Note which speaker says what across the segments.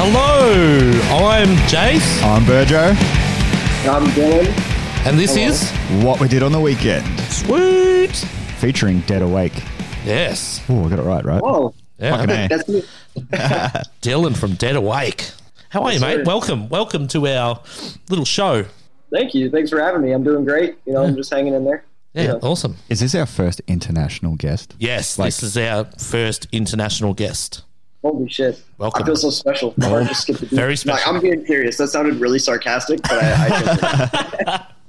Speaker 1: Hello, I'm Jace,
Speaker 2: I'm Burjo.
Speaker 3: I'm Dylan.
Speaker 1: and this is
Speaker 2: What we did on the weekend,
Speaker 1: Sweet.
Speaker 2: featuring Dead Awake.
Speaker 1: Yes,
Speaker 2: Oh, I got it right, right?
Speaker 3: Oh,
Speaker 1: yeah.
Speaker 2: Fucking A.
Speaker 3: that's me.
Speaker 1: Dylan from Dead Awake. How are you, mate?
Speaker 3: sir.
Speaker 1: Welcome, welcome to our little show.
Speaker 3: Thank you. Thanks for having me. I'm doing great. You know, I'm just hanging in there.
Speaker 1: Yeah,
Speaker 3: Yeah.
Speaker 1: awesome.
Speaker 2: Is this our first international guest?
Speaker 1: Yes,
Speaker 2: Like-
Speaker 1: this is our first international guest.
Speaker 3: Holy shit.
Speaker 1: Welcome.
Speaker 3: I feel so special. My heart just skipped a beat.
Speaker 1: Very
Speaker 3: Like,
Speaker 1: special.
Speaker 3: I'm being serious. That sounded really sarcastic, but I, I,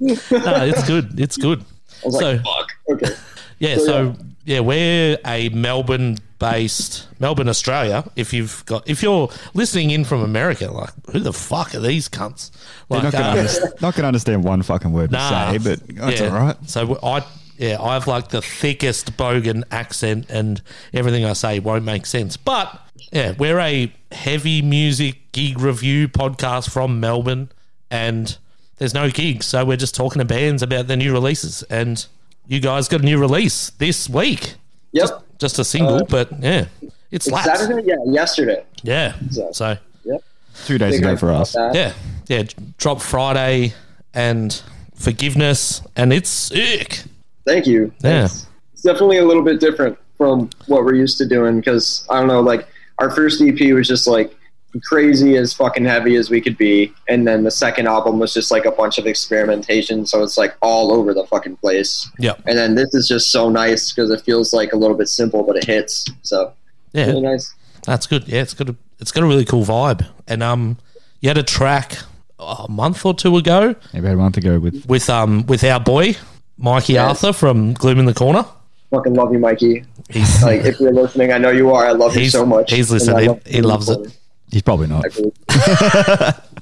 Speaker 3: just, I
Speaker 1: No, it's good. It's good.
Speaker 3: was
Speaker 1: So-
Speaker 3: like, fuck. Okay.
Speaker 1: Yeah,
Speaker 3: So,
Speaker 1: so yeah, we're a Melbourne based Melbourne, Australia. If you've got if you're listening in from America, like who the fuck are these cunts? Like,
Speaker 2: Not gonna,
Speaker 1: uh,
Speaker 2: understand, not gonna understand one fucking word
Speaker 1: nah,
Speaker 2: you say, but that's
Speaker 1: Ah. yeah.
Speaker 2: all right.
Speaker 1: So we- I yeah, I have like the thickest Bogan accent and everything I say won't make sense. But yeah, we're a heavy music gig review podcast from Melbourne and there's no gigs, so we're just talking to bands about their new releases and you guys got a new release this week
Speaker 3: Yep.
Speaker 1: just a single,
Speaker 3: Uh,
Speaker 1: but yeah, it's
Speaker 3: It's
Speaker 1: slaps.
Speaker 3: Saturday? Yeah, yesterday.
Speaker 1: Yeah, so
Speaker 3: Yep.
Speaker 2: Two days
Speaker 3: Think I
Speaker 2: ago for
Speaker 3: forgot
Speaker 2: us.
Speaker 3: that.
Speaker 1: yeah, yeah. Drop Friday and forgiveness, and it's sick.
Speaker 3: Thank you.
Speaker 1: Yeah.
Speaker 3: It's, it's definitely a little bit different from what we're used to doing because I don't know, like our first EP was just like crazy as fucking heavy as we could be, and then the second album was just like a bunch of experimentation, so it's like all over the fucking place.
Speaker 1: Yeah,
Speaker 3: And then this is just so nice because it feels like a little bit simple, but it hits. So really
Speaker 1: yeah,
Speaker 3: nice.
Speaker 1: that's good. Yeah, it's got a it's got a really cool vibe. And um, you had a track a month or two ago
Speaker 2: About a month ago with
Speaker 1: with um with our boy Mikey Arthur from Gloom in the Corner.
Speaker 3: Fucking love you, Mikey.
Speaker 1: He's
Speaker 3: Like if you're listening, I know you are. I love you
Speaker 1: He's-
Speaker 3: so much.
Speaker 1: he's
Speaker 3: And I
Speaker 1: listening.
Speaker 3: love
Speaker 1: He
Speaker 3: you
Speaker 1: loves
Speaker 3: for
Speaker 1: it.
Speaker 2: he's probably not.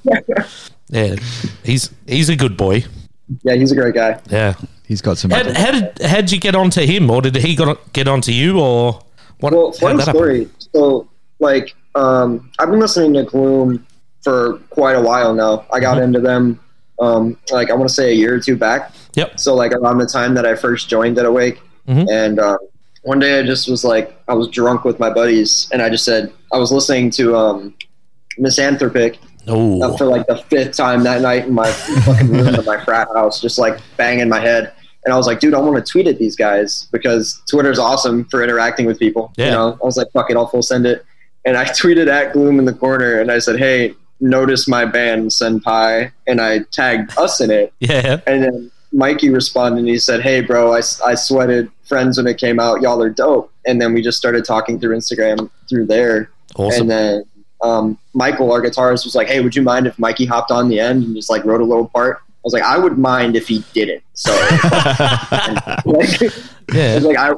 Speaker 3: it.
Speaker 1: yeah, he's he's a good boy.
Speaker 3: Yeah, he's a great guy.
Speaker 1: Yeah.
Speaker 2: He's got some.
Speaker 1: How, how did how'd you get onto him, or did he got get onto you, or what?
Speaker 3: Well,
Speaker 1: how'd
Speaker 3: funny
Speaker 1: that happen?
Speaker 3: story. So, like, um, I've been listening to Gloom for quite a while now. I
Speaker 1: Mm-hmm.
Speaker 3: got into them, um, like, I want to say a year or two back.
Speaker 1: Yep.
Speaker 3: So, like, around the time that I first joined Dead Awake.
Speaker 1: Mhm.
Speaker 3: And um, one day I just was like, I was drunk with my buddies, and I just said, I was listening to um, Misanthropic
Speaker 1: Oh,
Speaker 3: up for like the fifth time that night in my fucking room in my frat house, just like banging my head. And I was like, dude, I want to tweet at these guys because Twitter's awesome for interacting with people.
Speaker 1: Yeah.
Speaker 3: You know, I was like, fuck it, I'll full send it. And I tweeted at Gloom in the corner and I said, hey, notice my band, Senpai. And I tagged us in it.
Speaker 1: yeah.
Speaker 3: And then Mikey responded and he said, hey, bro, I, I sweated friends when it came out. Y'all are dope. And then we just started talking through Instagram through there.
Speaker 1: Awesome.
Speaker 3: And then um, Michael, our guitarist, was like, "Hey, would you mind if Mikey hopped on the end and just like wrote a little part?" I was like, "I would mind if he didn't." So, like, I
Speaker 1: yeah,
Speaker 3: was like, I,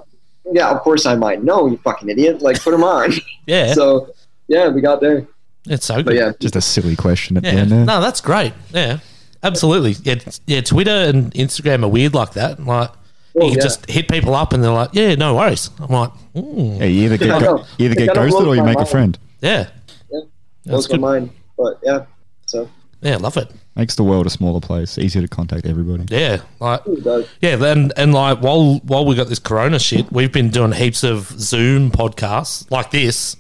Speaker 3: yeah, of course I mind. No, you fucking idiot! Like, put him on.
Speaker 1: yeah.
Speaker 3: So, yeah, we got there.
Speaker 1: it's so
Speaker 3: But
Speaker 1: good.
Speaker 3: yeah,
Speaker 2: Just a silly question at the
Speaker 1: Yeah.
Speaker 2: end there.
Speaker 1: No, that's great. Yeah, absolutely. Yeah, t- yeah. Twitter and Instagram are weird like that. Like
Speaker 3: Oh,
Speaker 1: you can
Speaker 3: yeah.
Speaker 1: just hit people up and they're like, yeah, no worries. I'm like, mm,
Speaker 2: Yeah, you either
Speaker 3: I
Speaker 2: get, go-
Speaker 3: know.
Speaker 2: you either
Speaker 3: It
Speaker 2: get
Speaker 3: kinda
Speaker 2: ghosted
Speaker 3: blows
Speaker 2: or you
Speaker 3: my
Speaker 2: make a
Speaker 3: mind.
Speaker 2: friend.
Speaker 1: yeah, that's
Speaker 3: those were
Speaker 1: good.
Speaker 3: mine. But yeah, so
Speaker 1: Yeah, love it.
Speaker 2: Makes the world a smaller place. Easier to contact everybody.
Speaker 1: Yeah, like
Speaker 3: it does.
Speaker 1: Yeah, then and like while while we got this corona shit, we've been doing heaps of Zoom podcasts like this,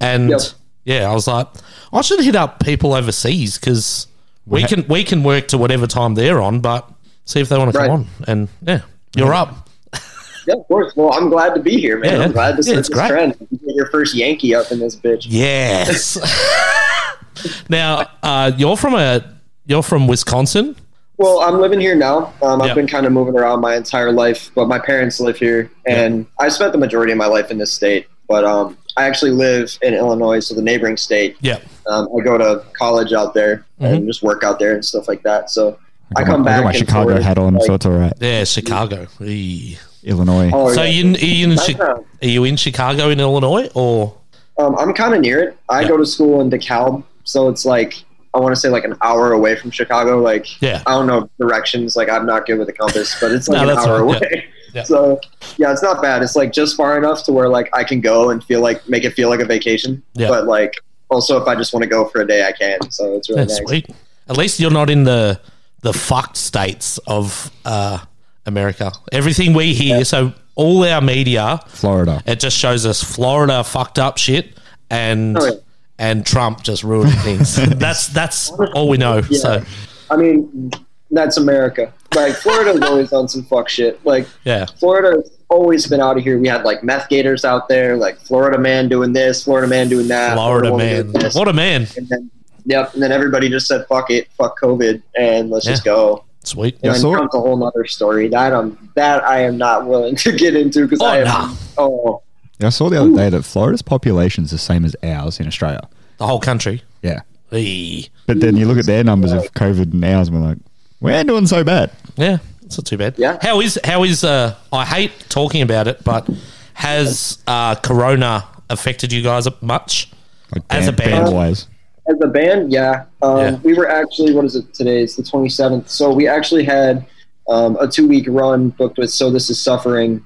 Speaker 1: and
Speaker 3: Yep.
Speaker 1: yeah, I was like, I should hit up people overseas because we
Speaker 2: ha-
Speaker 1: can we can work to whatever time they're on, but see if they want to
Speaker 3: Right.
Speaker 1: come on. And yeah, you're up.
Speaker 3: yeah, of course. Well, I'm glad to be here, man.
Speaker 1: Yeah.
Speaker 3: I'm glad to
Speaker 1: Yeah,
Speaker 3: see
Speaker 1: it's
Speaker 3: this
Speaker 1: great.
Speaker 3: trend. You get your first Yankee up in this bitch.
Speaker 1: Yes. now uh, you're from a you're from Wisconsin.
Speaker 3: Well, I'm living here now. Um,
Speaker 1: Yeah.
Speaker 3: I've been kind of moving around my entire life, but my parents live here, and I spent the majority of my life in this state. But um, I actually live in Illinois, so the neighboring state.
Speaker 1: Yeah.
Speaker 3: Um, I go to college out there and just work out there and stuff like that. So I,
Speaker 2: got
Speaker 3: come
Speaker 2: my, Mm-hmm. I
Speaker 3: back.
Speaker 2: got my
Speaker 3: and
Speaker 2: Chicago
Speaker 3: forth,
Speaker 2: hat on,
Speaker 3: like-
Speaker 2: so it's all right.
Speaker 1: Yeah, Chicago. Eee.
Speaker 2: Illinois.
Speaker 3: oh,
Speaker 1: So
Speaker 3: yeah.
Speaker 1: you, are you in Chi-
Speaker 3: Background.
Speaker 1: are you in Chicago in Illinois or
Speaker 3: Um, I'm kind of near it. I
Speaker 1: Yeah.
Speaker 3: go to school in DeKalb, so it's like I want to say like an hour away from Chicago. Like
Speaker 1: yeah?
Speaker 3: I don't know directions. Like I'm not good with a compass, but it's
Speaker 1: No,
Speaker 3: like an
Speaker 1: that's
Speaker 3: hour
Speaker 1: all right.
Speaker 3: away.
Speaker 1: Yeah.
Speaker 3: So yeah, it's not bad. It's like just far enough to where like I can go and feel like make it feel like a vacation.
Speaker 1: Yeah.
Speaker 3: But like also if I just want to go for a day, I can. So it's really
Speaker 1: That's
Speaker 3: nice.
Speaker 1: sweet. At least you're not in the the fucked states of uh, America. Everything we hear, so all our media,
Speaker 2: Florida.
Speaker 1: it just shows us Florida fucked up shit and
Speaker 3: Oh, yeah.
Speaker 1: and Trump just ruining things. that's that's all we know.
Speaker 3: Yeah.
Speaker 1: So
Speaker 3: I mean, that's America. Like Florida's always on some fuck shit. Like
Speaker 1: yeah,
Speaker 3: Florida's always been out of here. We had like meth gators out there, like Florida man doing this, Florida man doing that,
Speaker 1: Florida
Speaker 3: woman
Speaker 1: man,
Speaker 3: doing this.
Speaker 1: what a man!
Speaker 3: and then, yep. And then everybody just said, "Fuck it, fuck COVID, and let's just go."
Speaker 1: Sweet.
Speaker 3: And
Speaker 2: Yeah,
Speaker 3: then
Speaker 2: so-
Speaker 3: comes a whole nother story that I'm that I am not willing to get into because
Speaker 1: Oh,
Speaker 3: I am,
Speaker 1: nah.
Speaker 3: oh
Speaker 2: I saw the other day that Florida's population is the same as ours in Australia.
Speaker 1: The whole country.
Speaker 2: Yeah.
Speaker 1: Eee.
Speaker 2: But then you look at their numbers of COVID and ours, and we're like, we're doing so bad.
Speaker 1: Yeah, it's not too bad.
Speaker 3: Yeah.
Speaker 1: How is how is uh? I hate talking about it, but has uh Corona affected you guys much?
Speaker 2: Like
Speaker 1: As a band.
Speaker 2: wise.
Speaker 3: as a band, yeah. Um,
Speaker 1: Yeah.
Speaker 3: We were actually what is it? Today it's the 27th, so we actually had um, a two week run booked with So This Is Suffering.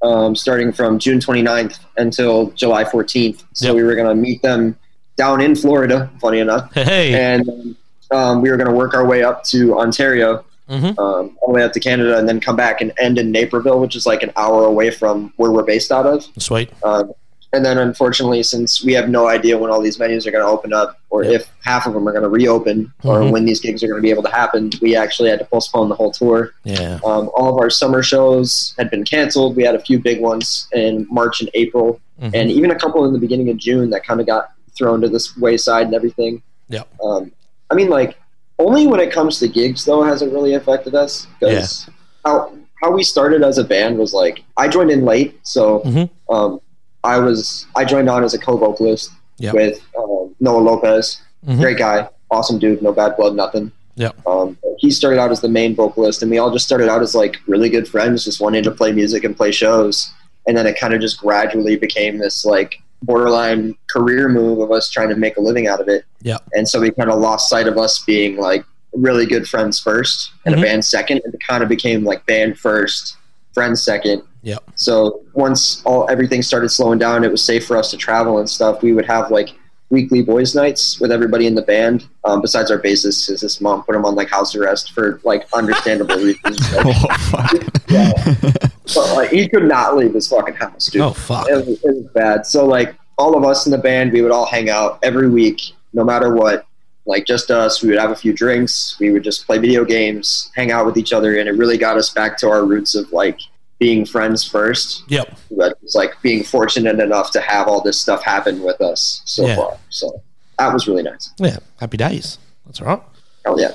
Speaker 3: Um, starting from June 29th until July 14th. So
Speaker 1: Yep.
Speaker 3: we were going to meet them down in Florida, funny enough.
Speaker 1: Hey,
Speaker 3: and um, we were going to work our way up to Ontario,
Speaker 1: Mhm.
Speaker 3: um, all the way up to Canada, and then come back and end in Naperville, which is like an hour away from where we're based out of.
Speaker 1: sweet.
Speaker 3: Um, and then, unfortunately, since we have no idea when all these venues are going to open up, or
Speaker 1: Yeah.
Speaker 3: if half of them are going to reopen, or
Speaker 1: Mhm.
Speaker 3: when these gigs are going to be able to happen, we actually had to postpone the whole tour.
Speaker 1: Yeah,
Speaker 3: Um, all of our summer shows had been canceled. We had a few big ones in March and April,
Speaker 1: Mhm.
Speaker 3: and even a couple in the beginning of June that kind of got thrown to this wayside and everything.
Speaker 1: Yep.
Speaker 3: Um, I mean, like only when it comes to gigs though has it really affected us because how how we started as a band was like I joined in late, so
Speaker 1: Mhm.
Speaker 3: um, I was I joined on as a co-vocalist
Speaker 1: Yep.
Speaker 3: with um, Noah Lopez,
Speaker 1: Mhm.
Speaker 3: great guy, awesome dude, no bad blood, nothing.
Speaker 1: Yep.
Speaker 3: Um, he started out as the main vocalist, and we all just started out as like really good friends, just wanting to play music and play shows. And then it kind of just gradually became this like borderline career move of us trying to make a living out of it.
Speaker 1: Yep.
Speaker 3: And so we kind of lost sight of us being like really good friends first and
Speaker 1: Mhm.
Speaker 3: a band second. It kind of became like band first, friends second.
Speaker 1: Yep.
Speaker 3: So once all everything started slowing down, it was safe for us to travel and stuff. We would have like weekly boys' nights with everybody in the band. Um, besides our bassist, because his mom put him on like house arrest for like understandable reasons. Like,
Speaker 2: Oh, fuck.
Speaker 3: but, like, he could not leave his fucking house, dude.
Speaker 1: Oh fuck.
Speaker 3: It, was, it was bad. So like all of us in the band, we would all hang out every week, no matter what. Like just us, we would have a few drinks. We would just play video games, hang out with each other, and it really got us back to our roots of like being friends first
Speaker 1: Yep.
Speaker 3: but it's like being fortunate enough to have all this stuff happen with us so
Speaker 1: Yeah.
Speaker 3: far. So that was really nice.
Speaker 1: Yeah. Happy days. That's all right.
Speaker 3: Oh yeah,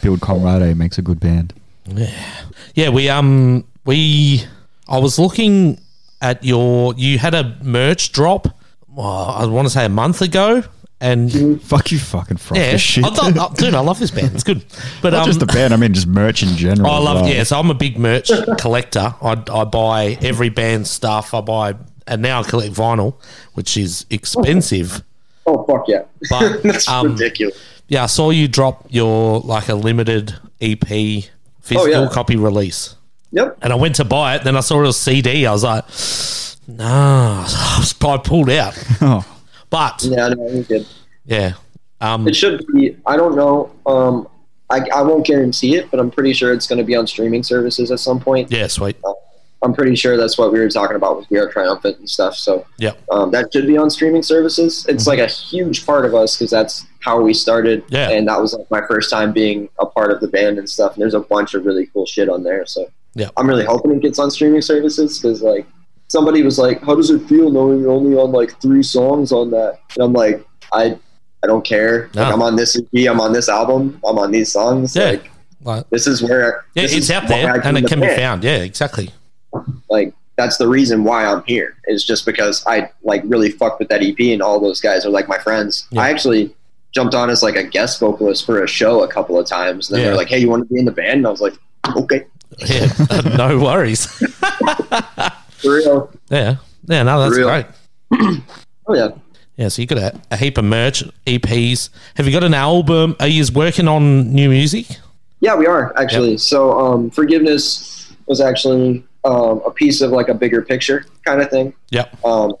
Speaker 2: Build Comrade makes a good band.
Speaker 1: Yeah, we um we I was looking at your you had a merch drop. well, I want to say a month ago, and
Speaker 2: Fuck you, fucking frog.
Speaker 1: yeah,
Speaker 2: this shit.
Speaker 1: I thought, oh, dude, I love this band. It's good, but
Speaker 2: Not
Speaker 1: um, Oh,
Speaker 2: just the band, I mean just merch in general.
Speaker 1: I
Speaker 2: as
Speaker 1: love
Speaker 2: well.
Speaker 1: yeah. So I'm a big merch collector. I, I buy every band stuff. I buy and now I collect vinyl, which is expensive.
Speaker 3: oh fuck yeah,
Speaker 1: But,
Speaker 3: that's
Speaker 1: um,
Speaker 3: ridiculous.
Speaker 1: Yeah, I saw you drop your like a limited EP physical
Speaker 3: Oh, yeah.
Speaker 1: copy release.
Speaker 3: Yep.
Speaker 1: and I went to buy it. Then I saw it was CD. I was like, nah, I was probably pulled out.
Speaker 2: Oh,
Speaker 1: But
Speaker 3: Yeah, no, we did.
Speaker 1: yeah, um,
Speaker 3: It should be. I don't know. Um, I, I won't guarantee it, but I'm pretty sure it's going to be on streaming services at some point.
Speaker 1: yeah, sweet.
Speaker 3: I'm pretty sure that's what we were talking about with We Are Triumphant and stuff. So
Speaker 1: Yep.
Speaker 3: um, that should be on streaming services. It's like a huge part of us because that's how we started,
Speaker 1: Mm-hmm. Yeah.
Speaker 3: and that was like my first time being a part of the band and stuff. And there's a bunch of really cool shit on there. So
Speaker 1: Yeah.
Speaker 3: I'm really hoping it gets on streaming services because like somebody was like, "How does it feel knowing you're only on like three songs on that?" And I'm like, I I don't care.
Speaker 1: No.
Speaker 3: Like, I'm on this EP. I'm on this album. I'm on these songs.
Speaker 1: Yeah.
Speaker 3: Like
Speaker 1: Like,
Speaker 3: this is where
Speaker 1: yeah,
Speaker 3: this
Speaker 1: it's
Speaker 3: is
Speaker 1: out
Speaker 3: why I
Speaker 1: there and it
Speaker 3: joined
Speaker 1: can
Speaker 3: the
Speaker 1: be
Speaker 3: band
Speaker 1: found. Yeah, exactly.
Speaker 3: like that's the reason why I'm here is just because I like really fucked with that EP and all those guys are like my friends.
Speaker 1: Yeah.
Speaker 3: I actually jumped on as like a guest vocalist for a show a couple of times. And then
Speaker 1: Yeah.
Speaker 3: they're like, "Hey, you want to be in the band?" And I was like, "Okay,
Speaker 1: Yeah, uh, no worries.
Speaker 3: for real."
Speaker 1: Yeah, yeah, no, that's
Speaker 3: Real.
Speaker 1: great.
Speaker 3: Oh yeah,
Speaker 1: Yeah, so you got a, a heap of merch, EPs. Have you got an album? Are you working on new music?
Speaker 3: yeah, we are actually. So, um, forgiveness was actually um, a piece of like a bigger picture kind of thing.
Speaker 1: Yep.
Speaker 3: Um,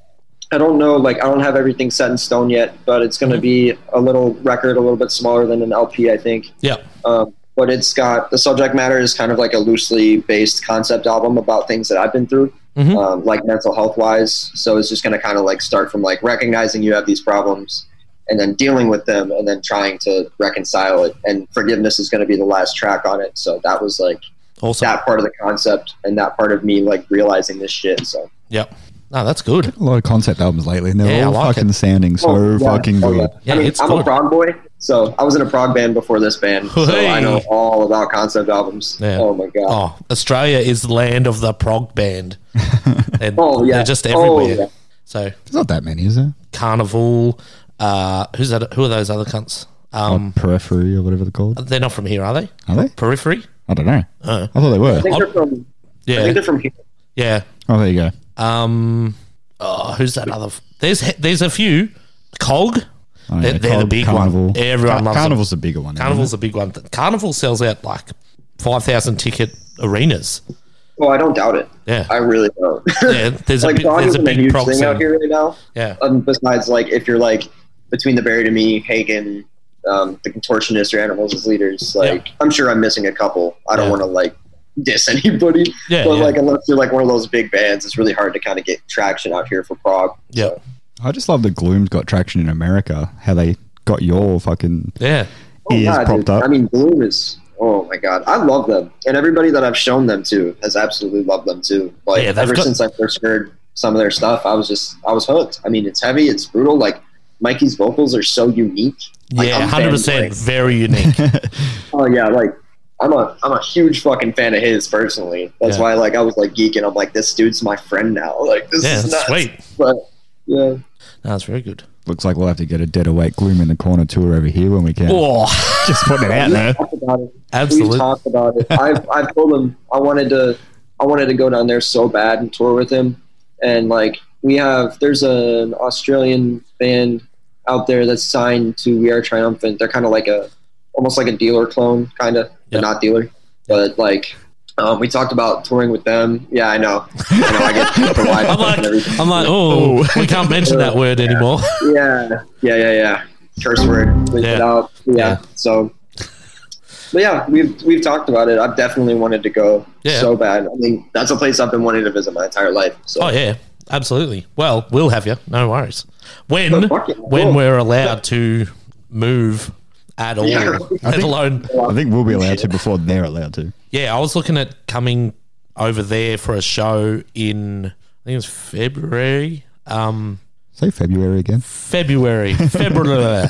Speaker 3: I don't know, like I don't have everything set in stone yet, but it's going to be a little record, a little bit smaller than an LP, I think.
Speaker 1: Yep.
Speaker 3: um, but it's got the subject matter is kind of like a loosely based concept album about things that I've been through,
Speaker 1: Mhm.
Speaker 3: um, like mental health wise. So it's just going to kind of like start from like recognizing you have these problems and then dealing with them and then trying to reconcile it. And forgiveness is going to be the last track on it. So that was like
Speaker 1: Awesome.
Speaker 3: that part of the concept and that part of me like realizing this shit. So
Speaker 1: Yep. No, that's good.
Speaker 2: A lot of concept albums lately, and they're
Speaker 1: Yeah, I
Speaker 2: all
Speaker 1: like
Speaker 2: fucking
Speaker 1: it.
Speaker 2: sounding so
Speaker 3: Oh, yeah.
Speaker 2: fucking
Speaker 3: Oh,
Speaker 2: good.
Speaker 3: yeah.
Speaker 1: Yeah,
Speaker 3: I mean,
Speaker 1: it's
Speaker 3: I'm
Speaker 1: good.
Speaker 3: a prog boy, so I was in a prog band before this band, so I know
Speaker 1: Hey.
Speaker 3: all about concept albums.
Speaker 1: Yeah.
Speaker 3: Oh my god.
Speaker 1: Oh, Australia is the land of the prog band. And
Speaker 3: Oh, yeah.
Speaker 1: They're just
Speaker 3: Oh,
Speaker 1: everywhere.
Speaker 3: yeah.
Speaker 1: So
Speaker 2: There's not that many, is there?
Speaker 1: Carnival, uh, who's that? Who are those other cunts? Um,
Speaker 2: Periphery or whatever they're
Speaker 3: Oh.
Speaker 2: called.
Speaker 1: they're not from here, are they?
Speaker 2: Are they?
Speaker 1: Periphery?
Speaker 2: I don't know.
Speaker 1: Uh.
Speaker 2: I thought they were.
Speaker 3: I think they're from. I
Speaker 1: Yeah,
Speaker 3: think they're from here.
Speaker 1: yeah.
Speaker 2: Oh, there you go.
Speaker 1: Um, oh, who's that other? f- There's there's a few. Cog, they're,
Speaker 2: Oh, yeah,
Speaker 1: they're the
Speaker 2: Carnival-
Speaker 1: big
Speaker 2: Carnival.
Speaker 1: one. Everyone
Speaker 2: Car-
Speaker 1: loves them.
Speaker 2: Carnival's the bigger one. isn't
Speaker 1: Carnival's a big one. Carnival sells out like five thousand ticket arenas.
Speaker 3: Well, Oh, I don't doubt it.
Speaker 1: Yeah,
Speaker 3: I really don't.
Speaker 1: yeah. There's a
Speaker 3: like
Speaker 1: big,
Speaker 3: prog
Speaker 1: there's a
Speaker 3: isn't a,
Speaker 1: big
Speaker 3: huge
Speaker 1: prog
Speaker 3: thing
Speaker 1: scene.
Speaker 3: out here right now.
Speaker 1: Yeah,
Speaker 3: Um, besides, like if you're like between the Barry to me, Hagen, um, the contortionist, or animals as leaders, like I'm sure I'm missing a couple. I don't
Speaker 1: Yeah.
Speaker 3: want to like diss anybody,
Speaker 1: yeah,
Speaker 3: but
Speaker 1: yeah.
Speaker 3: like unless you're like one of those big bands, it's really hard to kind of get traction out here for prog.
Speaker 1: yeah,
Speaker 2: it? I just love that Gloom's got traction in America. How they got your fucking
Speaker 1: yeah.
Speaker 2: ears
Speaker 3: Oh, God,
Speaker 2: propped
Speaker 3: dude.
Speaker 2: up.
Speaker 3: I mean, Bloom is. Oh my god, I love them, and everybody that I've shown them to has absolutely loved them too. Like
Speaker 1: Yeah, they've
Speaker 3: ever
Speaker 1: got-
Speaker 3: since I first heard some of their stuff, I was just I was hooked. I mean, it's heavy, it's brutal. Like Mikey's vocals are so unique. Like,
Speaker 1: Yeah,
Speaker 3: I'm
Speaker 1: hundred percent.
Speaker 3: fanboying.
Speaker 1: Very unique.
Speaker 3: Oh yeah, like I'm a I'm a huge fucking fan of his personally. That's
Speaker 1: Yeah.
Speaker 3: why like I was like geeking. I'm like, this dude's my friend now. Like this
Speaker 1: yeah,
Speaker 3: is
Speaker 1: that's
Speaker 3: nuts.
Speaker 1: sweet.
Speaker 3: But yeah,
Speaker 1: No, that's very good.
Speaker 2: Looks like we'll have to get a dead awake Gloom in the corner tour over here when we can.
Speaker 1: Oh,
Speaker 2: Just putting it out there.
Speaker 3: talk about it.
Speaker 1: absolutely.
Speaker 3: We talked about it. I've, I've told him I wanted to I wanted to go down there so bad and tour with him. And like we have there's an Australian band out there that's signed to We Are Triumphant. They're kind of like a almost like a dealer clone, kind of,
Speaker 1: Yeah.
Speaker 3: but not dealer. But like um, we talked about touring with them. Yeah, I know. I know. I get the wide
Speaker 1: I'm
Speaker 3: and
Speaker 1: like,
Speaker 3: everything.
Speaker 1: I'm like, oh, we can't mention that word anymore.
Speaker 3: Yeah, yeah, yeah, yeah. Curse word, bleep it
Speaker 1: Yeah.
Speaker 3: out. Yeah.
Speaker 1: Yeah.
Speaker 3: So, but yeah, we've we've talked about it. I've definitely wanted to go
Speaker 1: Yeah.
Speaker 3: so bad. I mean, that's a place I've been wanting to visit my entire life. So,
Speaker 1: Oh yeah, absolutely. Well, we'll have you. No worries. When
Speaker 3: But fuck it,
Speaker 1: when
Speaker 3: cool.
Speaker 1: we're allowed to move at all,
Speaker 3: Yeah.
Speaker 1: let alone
Speaker 2: I think we'll be allowed to before they're allowed to.
Speaker 1: yeah. I was looking at coming over there for a show in I think it was February. Um,
Speaker 2: Say February again.
Speaker 1: February, February.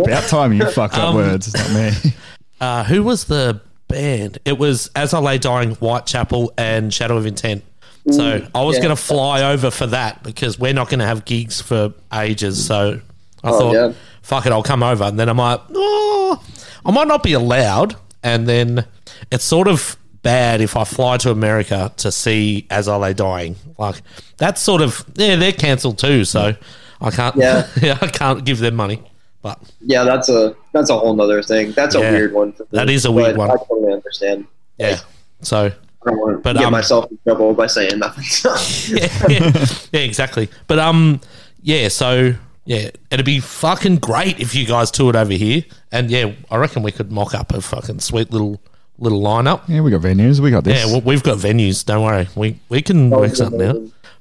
Speaker 2: About time you fuck up
Speaker 1: Um,
Speaker 2: words. It's not me.
Speaker 1: uh, who was the band? It was As I Lay Dying, Whitechapel, and Shadow of Intent. So I was
Speaker 3: Mm, yeah.
Speaker 1: going to fly over for that because we're not going to have gigs for ages. So I
Speaker 3: Oh,
Speaker 1: thought,
Speaker 3: yeah.
Speaker 1: fuck it, I'll come over. And then I might, oh, I might not be allowed. And then it's sort of bad if I fly to America to see As I Lay Dying. Like that's sort of yeah, they're cancelled too. So I can't,
Speaker 3: Yeah.
Speaker 1: yeah, I can't give them money. But
Speaker 3: yeah, that's a that's a whole nother thing. That's
Speaker 1: Yeah.
Speaker 3: a weird one. For me,
Speaker 1: That is a weird
Speaker 3: but
Speaker 1: one.
Speaker 3: I totally understand.
Speaker 1: yeah, so
Speaker 3: I don't want
Speaker 1: But,
Speaker 3: to get
Speaker 1: um,
Speaker 3: myself in trouble by saying nothing.
Speaker 1: yeah, yeah, yeah, exactly. But um, yeah. So yeah, it'd be fucking great if you guys toured over here, and yeah, I reckon we could mock up a fucking sweet little little lineup.
Speaker 2: yeah, we got venues. We got this.
Speaker 1: Yeah, well, we've got venues. Don't worry, we we can
Speaker 3: Oh,
Speaker 1: work something out.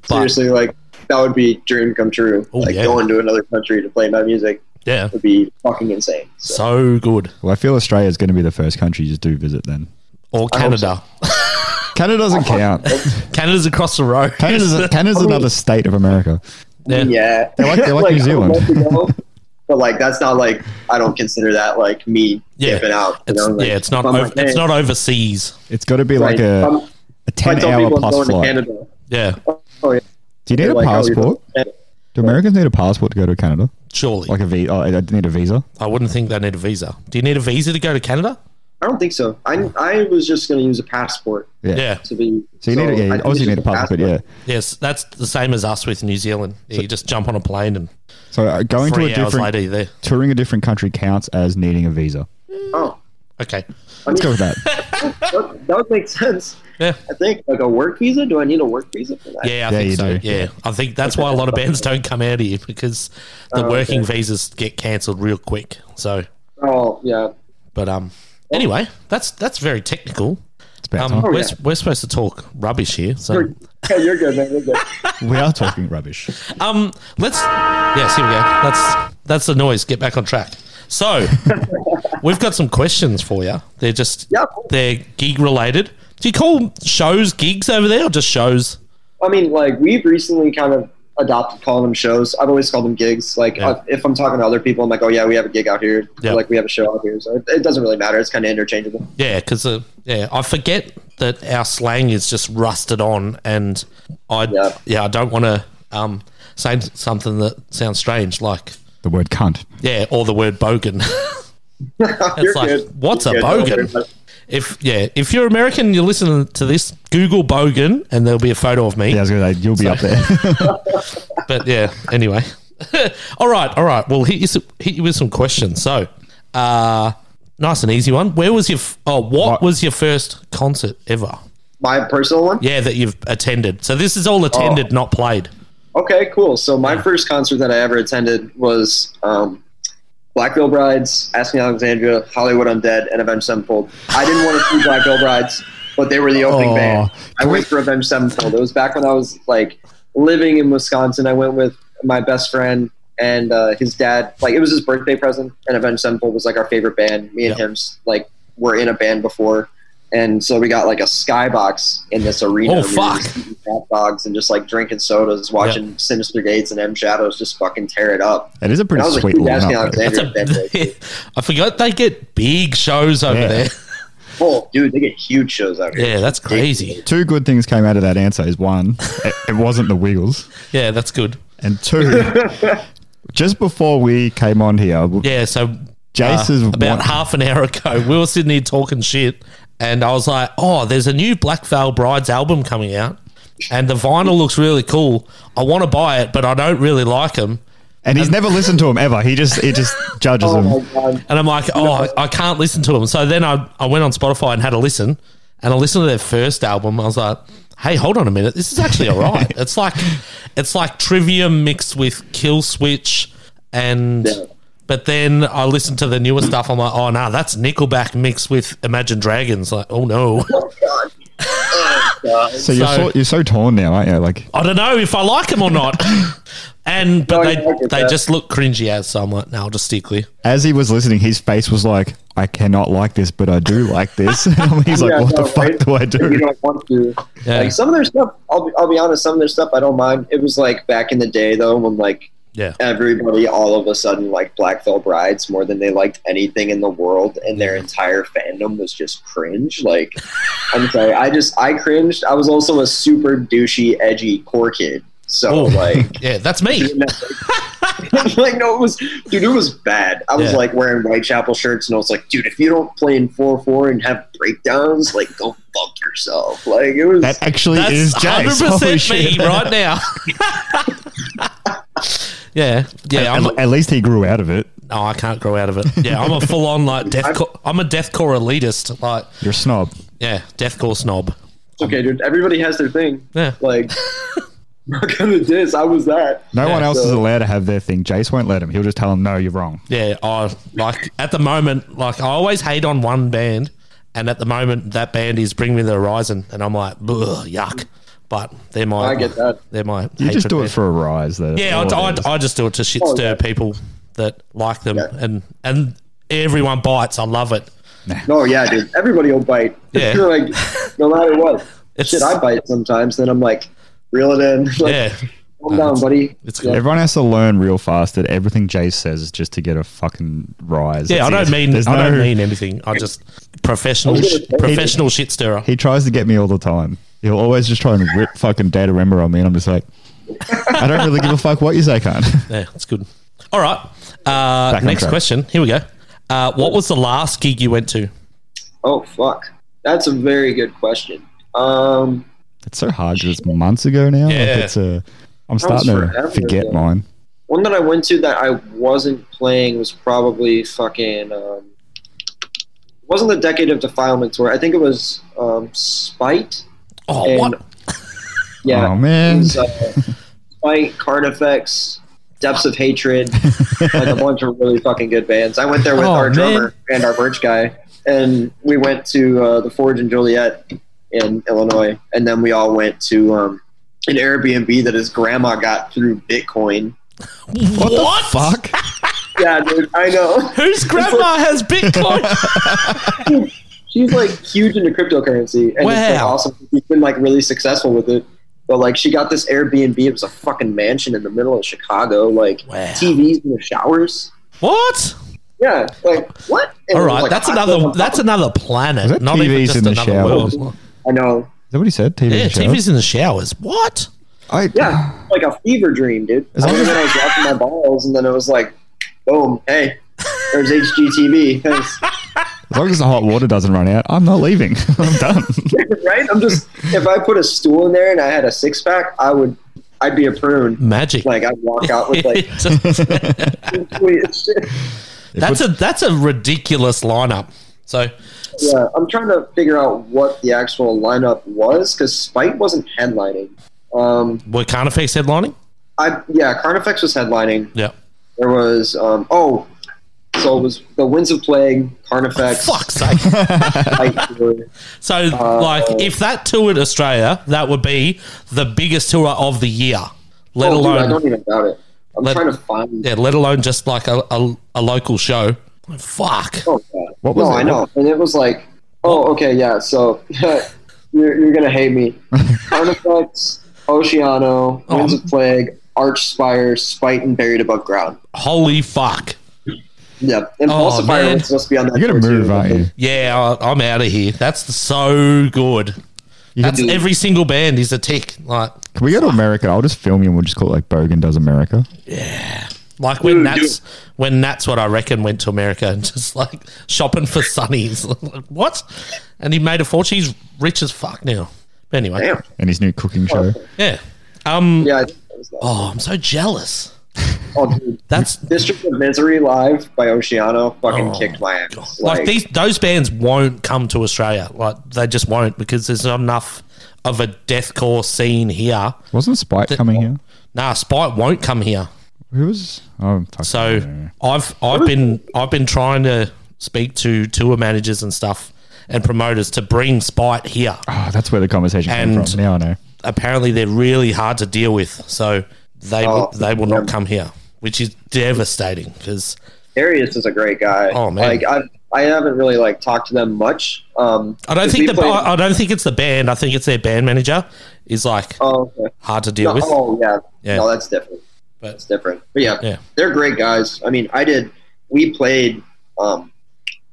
Speaker 1: But-
Speaker 3: Seriously, like that would be dream come true.
Speaker 1: Oh,
Speaker 3: like
Speaker 1: yeah.
Speaker 3: going to another country to play my music
Speaker 1: Yeah,
Speaker 3: would be fucking insane. So,
Speaker 1: so good.
Speaker 2: Well, I feel Australia's going to be the first country you do visit then.
Speaker 1: Or Canada.
Speaker 2: Canada doesn't count.
Speaker 1: Canada's across the road.
Speaker 2: Canada's, Canada's another state of America.
Speaker 1: yeah.
Speaker 3: Oh, Yeah,
Speaker 2: They're like- they're like New
Speaker 3: I would love
Speaker 2: Zealand.
Speaker 3: to go, but like that's not like I don't consider that like me
Speaker 1: Yeah.
Speaker 3: dipping out. you
Speaker 1: It's,
Speaker 3: know, like,
Speaker 1: yeah, it's not
Speaker 3: if I'm
Speaker 1: over,
Speaker 3: like,
Speaker 1: it's
Speaker 3: hey,
Speaker 1: not overseas.
Speaker 2: It's got to be like
Speaker 3: right, if I'm-
Speaker 2: a,
Speaker 3: if
Speaker 2: a
Speaker 3: I
Speaker 2: 10
Speaker 3: tell
Speaker 2: hour
Speaker 3: people I'm
Speaker 2: plus
Speaker 3: going to
Speaker 2: flight.
Speaker 3: Canada.
Speaker 1: Yeah,
Speaker 3: Oh yeah,
Speaker 2: Do you need
Speaker 3: they're
Speaker 2: a
Speaker 3: like, oh, you're
Speaker 2: passport?
Speaker 3: going to
Speaker 2: Do Americans need a passport to go to Canada?
Speaker 1: surely.
Speaker 2: Like a visa? Oh, I I need a visa.
Speaker 1: I wouldn't think they need a visa. Do you need a visa to go to Canada?
Speaker 3: I don't think so. I I was just going to use a passport
Speaker 2: Yeah.
Speaker 1: Yeah.
Speaker 3: to be.
Speaker 2: So you need
Speaker 3: I
Speaker 2: a, yeah,
Speaker 3: think
Speaker 2: obviously you
Speaker 3: it's
Speaker 2: need a
Speaker 3: just
Speaker 2: passport, yeah.
Speaker 1: Yes, that's the same as us with New Zealand. Yeah, you just jump on a plane and
Speaker 2: So uh, going to a
Speaker 1: three hours
Speaker 2: different,
Speaker 1: later you're there.
Speaker 2: touring a different country counts as needing a visa.
Speaker 3: Oh,
Speaker 1: Okay.
Speaker 3: I
Speaker 2: Let's go
Speaker 3: mean,
Speaker 2: with that.
Speaker 3: that, that would make sense.
Speaker 1: Yeah.
Speaker 3: I think like a work visa. Do I need a work visa for that?
Speaker 1: Yeah, I
Speaker 2: Yeah,
Speaker 1: think
Speaker 2: you
Speaker 1: so.
Speaker 2: do.
Speaker 1: Yeah. I think that's why a lot of bands don't come out here because the
Speaker 3: Oh,
Speaker 1: working
Speaker 3: okay.
Speaker 1: visas get cancelled real quick. So,
Speaker 3: Oh yeah.
Speaker 1: but um, anyway, that's that's very technical.
Speaker 2: It's about
Speaker 1: Um,
Speaker 2: time.
Speaker 1: we're,
Speaker 3: yeah.
Speaker 1: we're supposed to talk rubbish here, so
Speaker 3: You're, yeah, you're good, man. You're good.
Speaker 2: We are talking rubbish.
Speaker 1: um, let's. Yes, here we go. That's that's the noise. Get back on track. So, we've got some questions for you. They're just
Speaker 3: Yeah, cool.
Speaker 1: they're gig related. Do you call shows gigs over there, or just shows?
Speaker 3: I mean, like we've recently kind of adopted calling them shows. I've always called them gigs. Like
Speaker 1: Yeah.
Speaker 3: uh, if I'm talking to other people, I'm like, oh yeah, we have a gig out here. Or,
Speaker 1: Yeah.
Speaker 3: Like we have a show out here. So it, it doesn't really matter. It's kind of interchangeable.
Speaker 1: Yeah, because uh, yeah, I forget that our slang is just rusted on, and I yeah,
Speaker 3: Yeah.
Speaker 1: I don't want to um say something that sounds strange, like
Speaker 2: The word cunt.
Speaker 1: yeah, or the word bogan.
Speaker 3: you're
Speaker 1: like,
Speaker 3: good.
Speaker 1: what's a
Speaker 3: You're good. Don't worry
Speaker 1: bogan?
Speaker 3: about it.
Speaker 1: if yeah, if you're American, and you're listening to this, Google bogan, and there'll be a photo of me.
Speaker 2: Yeah, I was going to say, you'll be up there.
Speaker 1: But yeah, anyway. all right, all right. We'll hit you some, hit you with some questions. So, uh nice and easy one. Where was your f- oh what
Speaker 2: What?
Speaker 1: was your first concert ever?
Speaker 3: My personal one.
Speaker 1: Yeah, that you've attended. So this is all attended,
Speaker 2: Oh.
Speaker 1: not played.
Speaker 3: Okay, cool. So my first concert that I ever attended was um, Blackville Brides, Asking Alexandria, Hollywood Undead, and Avenged Sevenfold. I didn't want to see Blackville Brides, but they were the opening
Speaker 2: Aw.
Speaker 3: band. I went for Avenged Sevenfold. It was back when I was like living in Wisconsin. I went with my best friend and uh, his dad. Like it was his birthday present, and Avenged Sevenfold was like our favorite band. Me and
Speaker 1: Yeah.
Speaker 3: him like were in a band before. And so we got like a skybox in this arena.
Speaker 1: Oh,
Speaker 3: We were
Speaker 1: fuck.
Speaker 3: just eating hot dogs and just like drinking sodas, watching Sinister Gates and M Shadows just fucking tear it up.
Speaker 2: That is a
Speaker 3: And
Speaker 2: pretty
Speaker 3: I was a
Speaker 2: sweet
Speaker 3: huge Asking
Speaker 2: lineup. though.
Speaker 1: That's
Speaker 3: Alexandria
Speaker 1: a,
Speaker 3: fan. like,
Speaker 1: I forgot they get big shows over
Speaker 2: Yeah.
Speaker 1: there.
Speaker 3: Full oh, dude, they get huge shows out here.
Speaker 1: Yeah, that's crazy.
Speaker 2: Two good things came out of that answer is one, it, it wasn't the Wiggles,
Speaker 1: Yeah, that's good.
Speaker 2: and two, just before we came on here, w-
Speaker 1: Yeah, so uh,
Speaker 2: Jace is
Speaker 1: about
Speaker 2: one-
Speaker 1: half an hour ago, we were sitting here talking shit, and I was like, "Oh, there's a new Black Veil Brides album coming out, and the vinyl looks really cool. I want to buy it, but I don't really like them."
Speaker 2: and he's never listened to him ever. He just he just judges
Speaker 3: Oh
Speaker 2: them.
Speaker 3: my god.
Speaker 1: And I'm like, "Oh, I, I can't listen to them." So then I, I went on Spotify and had a listen, and I listened to their first album. I was like, "Hey, hold on a minute, this is actually all right. it's like it's like Trivium mixed with Kill Switch and."
Speaker 3: Yeah.
Speaker 1: But then I listened to the newer stuff. I'm like, oh, no, that's Nickelback mixed with Imagine Dragons. Like, oh, no.
Speaker 3: Oh god. Oh god.
Speaker 2: So, you're
Speaker 1: So-
Speaker 2: so you're so torn now, aren't you? Like
Speaker 1: I don't know if I like them or not. and but
Speaker 3: No,
Speaker 1: they
Speaker 3: yeah, I get
Speaker 1: they
Speaker 3: that.
Speaker 1: just look cringy as so I'm like, no, I'll just stick clear.
Speaker 2: as he was listening, his face was like, I cannot like this, but I do like this. And he's like,
Speaker 3: Yeah,
Speaker 2: What
Speaker 3: no,
Speaker 2: the fuck
Speaker 3: right?
Speaker 2: do I
Speaker 3: You
Speaker 2: do?
Speaker 3: don't want to.
Speaker 1: Yeah.
Speaker 3: Like some of their stuff, I'll be, I'll be honest, some of their stuff I don't mind. It was like back in the day though, when like
Speaker 1: Yeah.
Speaker 3: everybody all of a sudden liked Black Veil Brides more than they liked anything in the world, and their entire fandom was just cringe. Like, I'm sorry, I just I cringed. I was also a super douchey, edgy core kid, so
Speaker 1: Oh.
Speaker 3: like.
Speaker 1: Yeah, that's me.
Speaker 3: like no, it was dude. It was bad. I was
Speaker 1: Yeah.
Speaker 3: like wearing Whitechapel shirts, and I was like, dude, if you don't play in four four and have breakdowns, like go fuck yourself. Like it was.
Speaker 2: That actually
Speaker 1: That's
Speaker 2: is
Speaker 1: hundred
Speaker 2: Jace. Holy
Speaker 1: percent
Speaker 2: shit.
Speaker 1: me right now. yeah. Yeah. I'm
Speaker 2: At, at least he grew out of it.
Speaker 1: no, I can't grow out of it. Yeah, I'm a full on like deathcore I'm a deathcore elitist. Like
Speaker 2: You're a snob.
Speaker 1: yeah, deathcore snob.
Speaker 3: It's okay, dude. Everybody has their thing.
Speaker 1: Yeah.
Speaker 3: Like, not gonna diss. I was that.
Speaker 2: No
Speaker 1: Yeah.
Speaker 2: one else is
Speaker 3: So-
Speaker 2: allowed to have their thing. Jace won't let him. He'll just tell him, No, you're wrong.
Speaker 1: Yeah, I like at the moment, like I always hate on one band, and at the moment that band is Bring Me the Horizon, and I'm like, "Ugh, yuck. But they're my
Speaker 3: I get that.
Speaker 1: They're my
Speaker 2: You just do it
Speaker 1: band.
Speaker 2: for a rise. Though.
Speaker 1: Yeah, I, I, I just do it to shit
Speaker 3: Oh,
Speaker 1: stir
Speaker 3: yeah.
Speaker 1: people that like them, and and everyone bites. I love it.
Speaker 3: No, yeah, dude. Everybody will bite.
Speaker 1: Yeah.
Speaker 3: like, no matter what.
Speaker 1: It's-
Speaker 3: Shit, I bite sometimes. Then I'm like, reel it in. Like,
Speaker 1: Yeah,
Speaker 3: calm down, buddy.
Speaker 1: it's
Speaker 3: Yeah.
Speaker 1: good.
Speaker 2: Everyone has to learn real fast that everything Jace says is just to get a fucking rise.
Speaker 1: yeah. I
Speaker 2: That's
Speaker 1: don't
Speaker 2: it.
Speaker 1: mean
Speaker 2: There's
Speaker 1: I don't
Speaker 2: no-
Speaker 1: mean anything. I just professional
Speaker 3: I was
Speaker 1: sh-
Speaker 3: gonna say-
Speaker 1: professional shit stirrer.
Speaker 2: He tries to get me all the time. He'll always just try and rip fucking data remember on me, and I'm just like, I don't really give a fuck what you say, can't.
Speaker 1: Yeah, it's good. All right. Uh,
Speaker 2: on
Speaker 1: next
Speaker 2: track.
Speaker 1: question. Here we go. Uh, what was the last gig you went to?
Speaker 3: Oh fuck, that's a very good question. Um,
Speaker 2: It's so hard because it's months ago now.
Speaker 1: Yeah.
Speaker 2: Like it's a, I'm starting
Speaker 3: forever
Speaker 2: to forget
Speaker 3: ago.
Speaker 2: mine.
Speaker 3: one that I went to that I wasn't playing was probably fucking. Um, wasn't the Decade of Defilement tour? I think it was um, Spite.
Speaker 1: Oh,
Speaker 3: And-
Speaker 1: what?
Speaker 3: Yeah,
Speaker 2: Oh man,
Speaker 3: It's, uh, Spite, Card Effects, Depths of Hatred, like a bunch of really fucking good bands. I went there with
Speaker 1: Oh,
Speaker 3: our
Speaker 1: man.
Speaker 3: drummer and our merch guy, and we went to uh, the Forge in Joliet in Illinois, and then we all went to um, an Airbnb that his grandma got through Bitcoin.
Speaker 1: What?
Speaker 2: Fuck.
Speaker 3: Yeah, dude, I know.
Speaker 1: Whose grandma has Bitcoin?
Speaker 3: She's like huge into cryptocurrency, and it's like
Speaker 1: Wow.
Speaker 3: awesome. She's been like really successful with it. But like, she got this Airbnb. It was a fucking mansion in the middle of Chicago. Like
Speaker 1: Wow.
Speaker 3: TVs in the showers.
Speaker 1: what?
Speaker 3: Yeah, like what? And it
Speaker 1: All
Speaker 3: was,
Speaker 1: right,
Speaker 3: like,
Speaker 1: that's
Speaker 3: hot tub
Speaker 1: another
Speaker 3: on
Speaker 1: that's
Speaker 3: top
Speaker 1: another
Speaker 2: Was
Speaker 1: planet.
Speaker 2: that
Speaker 1: Not even
Speaker 2: TVs
Speaker 1: just
Speaker 2: in the
Speaker 1: another
Speaker 2: showers?
Speaker 1: world.
Speaker 3: of- I know.
Speaker 2: Is that what he said? TV
Speaker 1: Yeah,
Speaker 2: show?
Speaker 1: TV's in the showers. What?
Speaker 2: I,
Speaker 3: Yeah, it's like a fever dream, dude.
Speaker 2: As
Speaker 3: I
Speaker 2: long as-
Speaker 3: remember when I was watching my balls, and then it was like, boom, hey, there's HGTV. Thanks.
Speaker 2: As long as the hot water doesn't run out, I'm not leaving. I'm done.
Speaker 3: right? I'm just if I put a stool in there and I had a six pack, I would, I'd be a prune.
Speaker 1: Magic.
Speaker 3: Like I'd walk out with like sweet as shit.
Speaker 1: that's a that's a ridiculous lineup. So
Speaker 3: Yeah, I'm trying to figure out what the actual lineup was because Spike wasn't headlining. Um,
Speaker 1: we're Carnifex headlining?
Speaker 3: I yeah, Carnifex was headlining.
Speaker 1: Yeah.
Speaker 3: There was um, oh, so it was the Winds of Plague, Carnifex,
Speaker 1: Fuck's sake.
Speaker 3: Spike tour.
Speaker 1: So, like, if that toured Australia, that would be the biggest tour of the year. Let
Speaker 3: Oh, dude, I
Speaker 1: alone,
Speaker 3: don't even doubt it. I'm
Speaker 1: Let-
Speaker 3: trying to find.
Speaker 1: yeah, let alone just like a, a, a local show. Fuck.
Speaker 3: Oh, God.
Speaker 2: What was
Speaker 3: no,
Speaker 2: it?
Speaker 3: I know. And it was like, oh, okay, yeah. So you're, you're gonna hate me. Carnifex, Oceano,
Speaker 1: Oh.
Speaker 3: Winds of Plague, Archspire, Spite, and Buried Above Ground.
Speaker 1: Holy fuck.
Speaker 3: Yep. And
Speaker 1: Oh,
Speaker 3: Pulsifier
Speaker 1: man.
Speaker 3: was supposed to be on that.
Speaker 2: You're going to
Speaker 3: tour,
Speaker 2: move,
Speaker 3: too.
Speaker 2: aren't you?
Speaker 1: Yeah, I, I'm out of here. That's so good. That's
Speaker 3: do-
Speaker 1: every single band is a tick. Like,
Speaker 2: Can we go to America? I'll just film you and we'll just call it like Bogan Does America.
Speaker 1: like when
Speaker 3: Dude,
Speaker 1: that's when that's what I reckon went to America and just like shopping for sunnies. Like, what? And he made a fortune. He's rich as fuck now. But anyway,
Speaker 3: Damn.
Speaker 2: And his new cooking show.
Speaker 1: yeah. Um.
Speaker 3: Yeah. I think that was that. Oh.
Speaker 1: Oh, I'm so jealous.
Speaker 3: dude.
Speaker 1: That's
Speaker 3: District of Misery live by Oceano fucking
Speaker 1: Oh,
Speaker 3: kicked my ass.
Speaker 1: like, these those bands won't come to Australia. Like they just won't because there's not enough of a deathcore scene here.
Speaker 2: Wasn't Spike coming here?
Speaker 1: Nah, Spite won't come here.
Speaker 2: Who was? Oh, fuck.
Speaker 1: So I've I've been I've been trying to speak to tour managers and stuff and promoters to bring Spite here.
Speaker 2: Ah, that's where the conversation came
Speaker 1: And-
Speaker 2: from. Now I know.
Speaker 1: Apparently they're really hard to deal with, so they will,
Speaker 3: Oh,
Speaker 1: they will not come here, which is devastating because
Speaker 3: Darius is a great guy.
Speaker 1: Oh, man.
Speaker 3: Like I, I haven't really like talked to them much. Um,
Speaker 1: I don't
Speaker 3: 'cause
Speaker 1: think
Speaker 3: we
Speaker 1: the uh,
Speaker 3: played-
Speaker 1: I I don't think it's the band. I think it's their band manager is like
Speaker 3: oh, okay.
Speaker 1: hard to deal
Speaker 3: No,
Speaker 1: with.
Speaker 3: Oh yeah.
Speaker 1: Yeah.
Speaker 3: no, that's different.
Speaker 1: But-
Speaker 3: that's different. But yeah,
Speaker 1: Yeah.
Speaker 3: they're great guys. I mean, I did. We played um,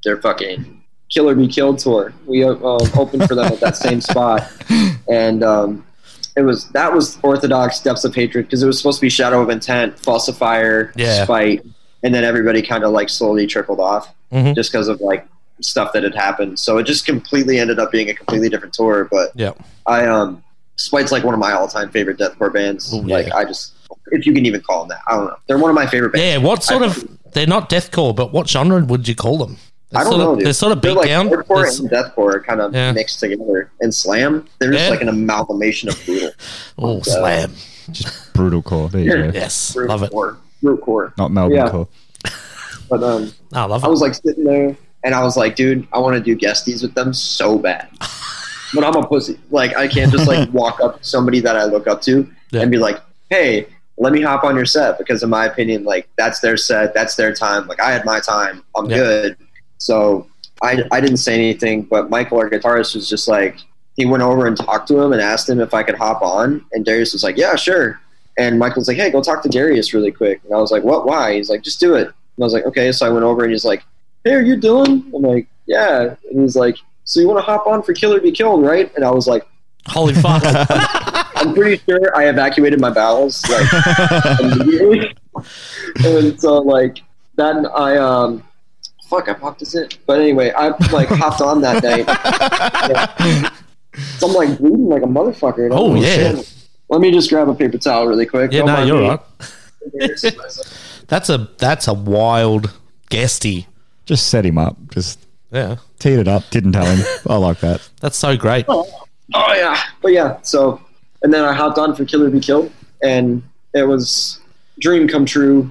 Speaker 3: their fucking Killer Be Killed tour. We uh, um, opened for them at that same spot, and um, it was that was Orthodox Depths of Hatred because it was supposed to be Shadow of Intent, Falsifier,
Speaker 1: Yeah.
Speaker 3: Spite, and then everybody kind of like slowly trickled off
Speaker 1: Mhm.
Speaker 3: just because of like stuff that had happened. So it just completely ended up being a completely different tour, but.
Speaker 1: Yeah.
Speaker 3: I um Spite's like one of my all time favorite deathcore bands.
Speaker 1: Ooh, yeah.
Speaker 3: Like I just if you can even call them that. I don't know. They're one of my favorite bands.
Speaker 1: Yeah, what sort
Speaker 3: I-
Speaker 1: of they're not deathcore, but what genre would you call them? They're
Speaker 3: I don't
Speaker 1: sort
Speaker 3: know.
Speaker 1: Of,
Speaker 3: Dude.
Speaker 1: they're sort of beat
Speaker 3: like
Speaker 1: down.
Speaker 3: Hardcore
Speaker 1: There's-
Speaker 3: and deathcore kind of
Speaker 1: Yeah.
Speaker 3: mixed together. And slam, they're just
Speaker 1: Yeah.
Speaker 3: like an amalgamation of brutal.
Speaker 1: oh, slam!
Speaker 2: Just brutal core. There you go.
Speaker 1: Yes,
Speaker 3: brutal
Speaker 1: love it.
Speaker 3: Core, brutal core.
Speaker 2: Not Melbourne
Speaker 3: Yeah.
Speaker 2: core.
Speaker 3: But um,
Speaker 1: I Ah, love
Speaker 3: I
Speaker 1: it.
Speaker 3: was like sitting there and I was like, dude, I want to do guesties with them so bad. But I'm a pussy. Like I can't just like walk up to somebody that I look up to
Speaker 1: Yeah.
Speaker 3: and be like, hey, let me hop on your set because in my opinion, like that's their set, that's their time. Like I had my time. I'm
Speaker 1: Yeah.
Speaker 3: good. So I I didn't say anything, but Michael, our guitarist, was just like he went over and talked to him and asked him if I could hop on and Darius was like, Yeah, sure. And Michael's like, Hey, go talk to Darius really quick. And I was like, What why? He's like, just do it. And I was like, Okay. So I went over and he's like, Hey, are you Dylan? I'm like, Yeah. And he's like, So you want to hop on for Killer Be Killed, right? And I was like,
Speaker 1: Holy fuck!
Speaker 3: I'm pretty sure I evacuated my bowels like immediately. and so like then I um fuck I popped this in. But anyway, I like hopped on that night. Yeah. So I'm like bleeding like a motherfucker. and I'm
Speaker 1: Oh,
Speaker 3: like,
Speaker 1: yeah.
Speaker 3: "Shit." Let me just grab a paper towel really quick.
Speaker 1: yeah,
Speaker 3: Don't
Speaker 1: no,
Speaker 3: mind
Speaker 1: you're
Speaker 3: me.
Speaker 1: right. That's a that's a wild guesty.
Speaker 2: Just set him up. Just
Speaker 1: Yeah,
Speaker 2: teed it up. Didn't tell him. I like that.
Speaker 1: that's so great.
Speaker 3: oh yeah but yeah so and then i hopped on for killer be killed and it was dream come true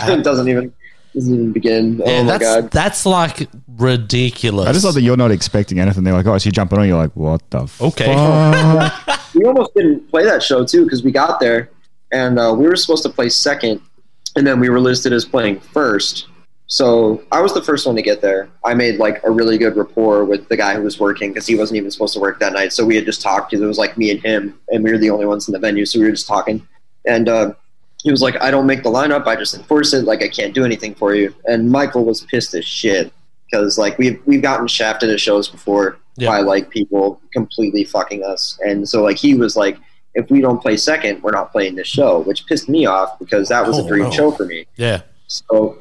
Speaker 1: Uh,
Speaker 3: it doesn't even doesn't even begin.
Speaker 1: Yeah,
Speaker 3: oh my
Speaker 1: that's
Speaker 3: god.
Speaker 1: that's like ridiculous.
Speaker 2: I just love that you're not expecting anything. They're like, oh, so you're jumping on. You're like, what the
Speaker 1: Okay.
Speaker 2: fuck?
Speaker 3: we almost didn't play that show too because we got there and uh, we were supposed to play second and then we were listed as playing first so i was the first one to get there i made like a really good rapport with the guy who was working because he wasn't even supposed to work that night so we had just talked 'cause it was like me and him and we were the only ones in the venue so we were just talking and uh, he was like i don't make the lineup i just enforce it like i can't do anything for you and michael was pissed as shit because like we've we've gotten shafted at shows before
Speaker 1: Yeah.
Speaker 3: by like people completely fucking us, and so like he was like, if we don't play second, we're not playing this show, which pissed me off because that was
Speaker 1: Oh,
Speaker 3: a dream
Speaker 1: no.
Speaker 3: show for me.
Speaker 1: yeah.
Speaker 3: So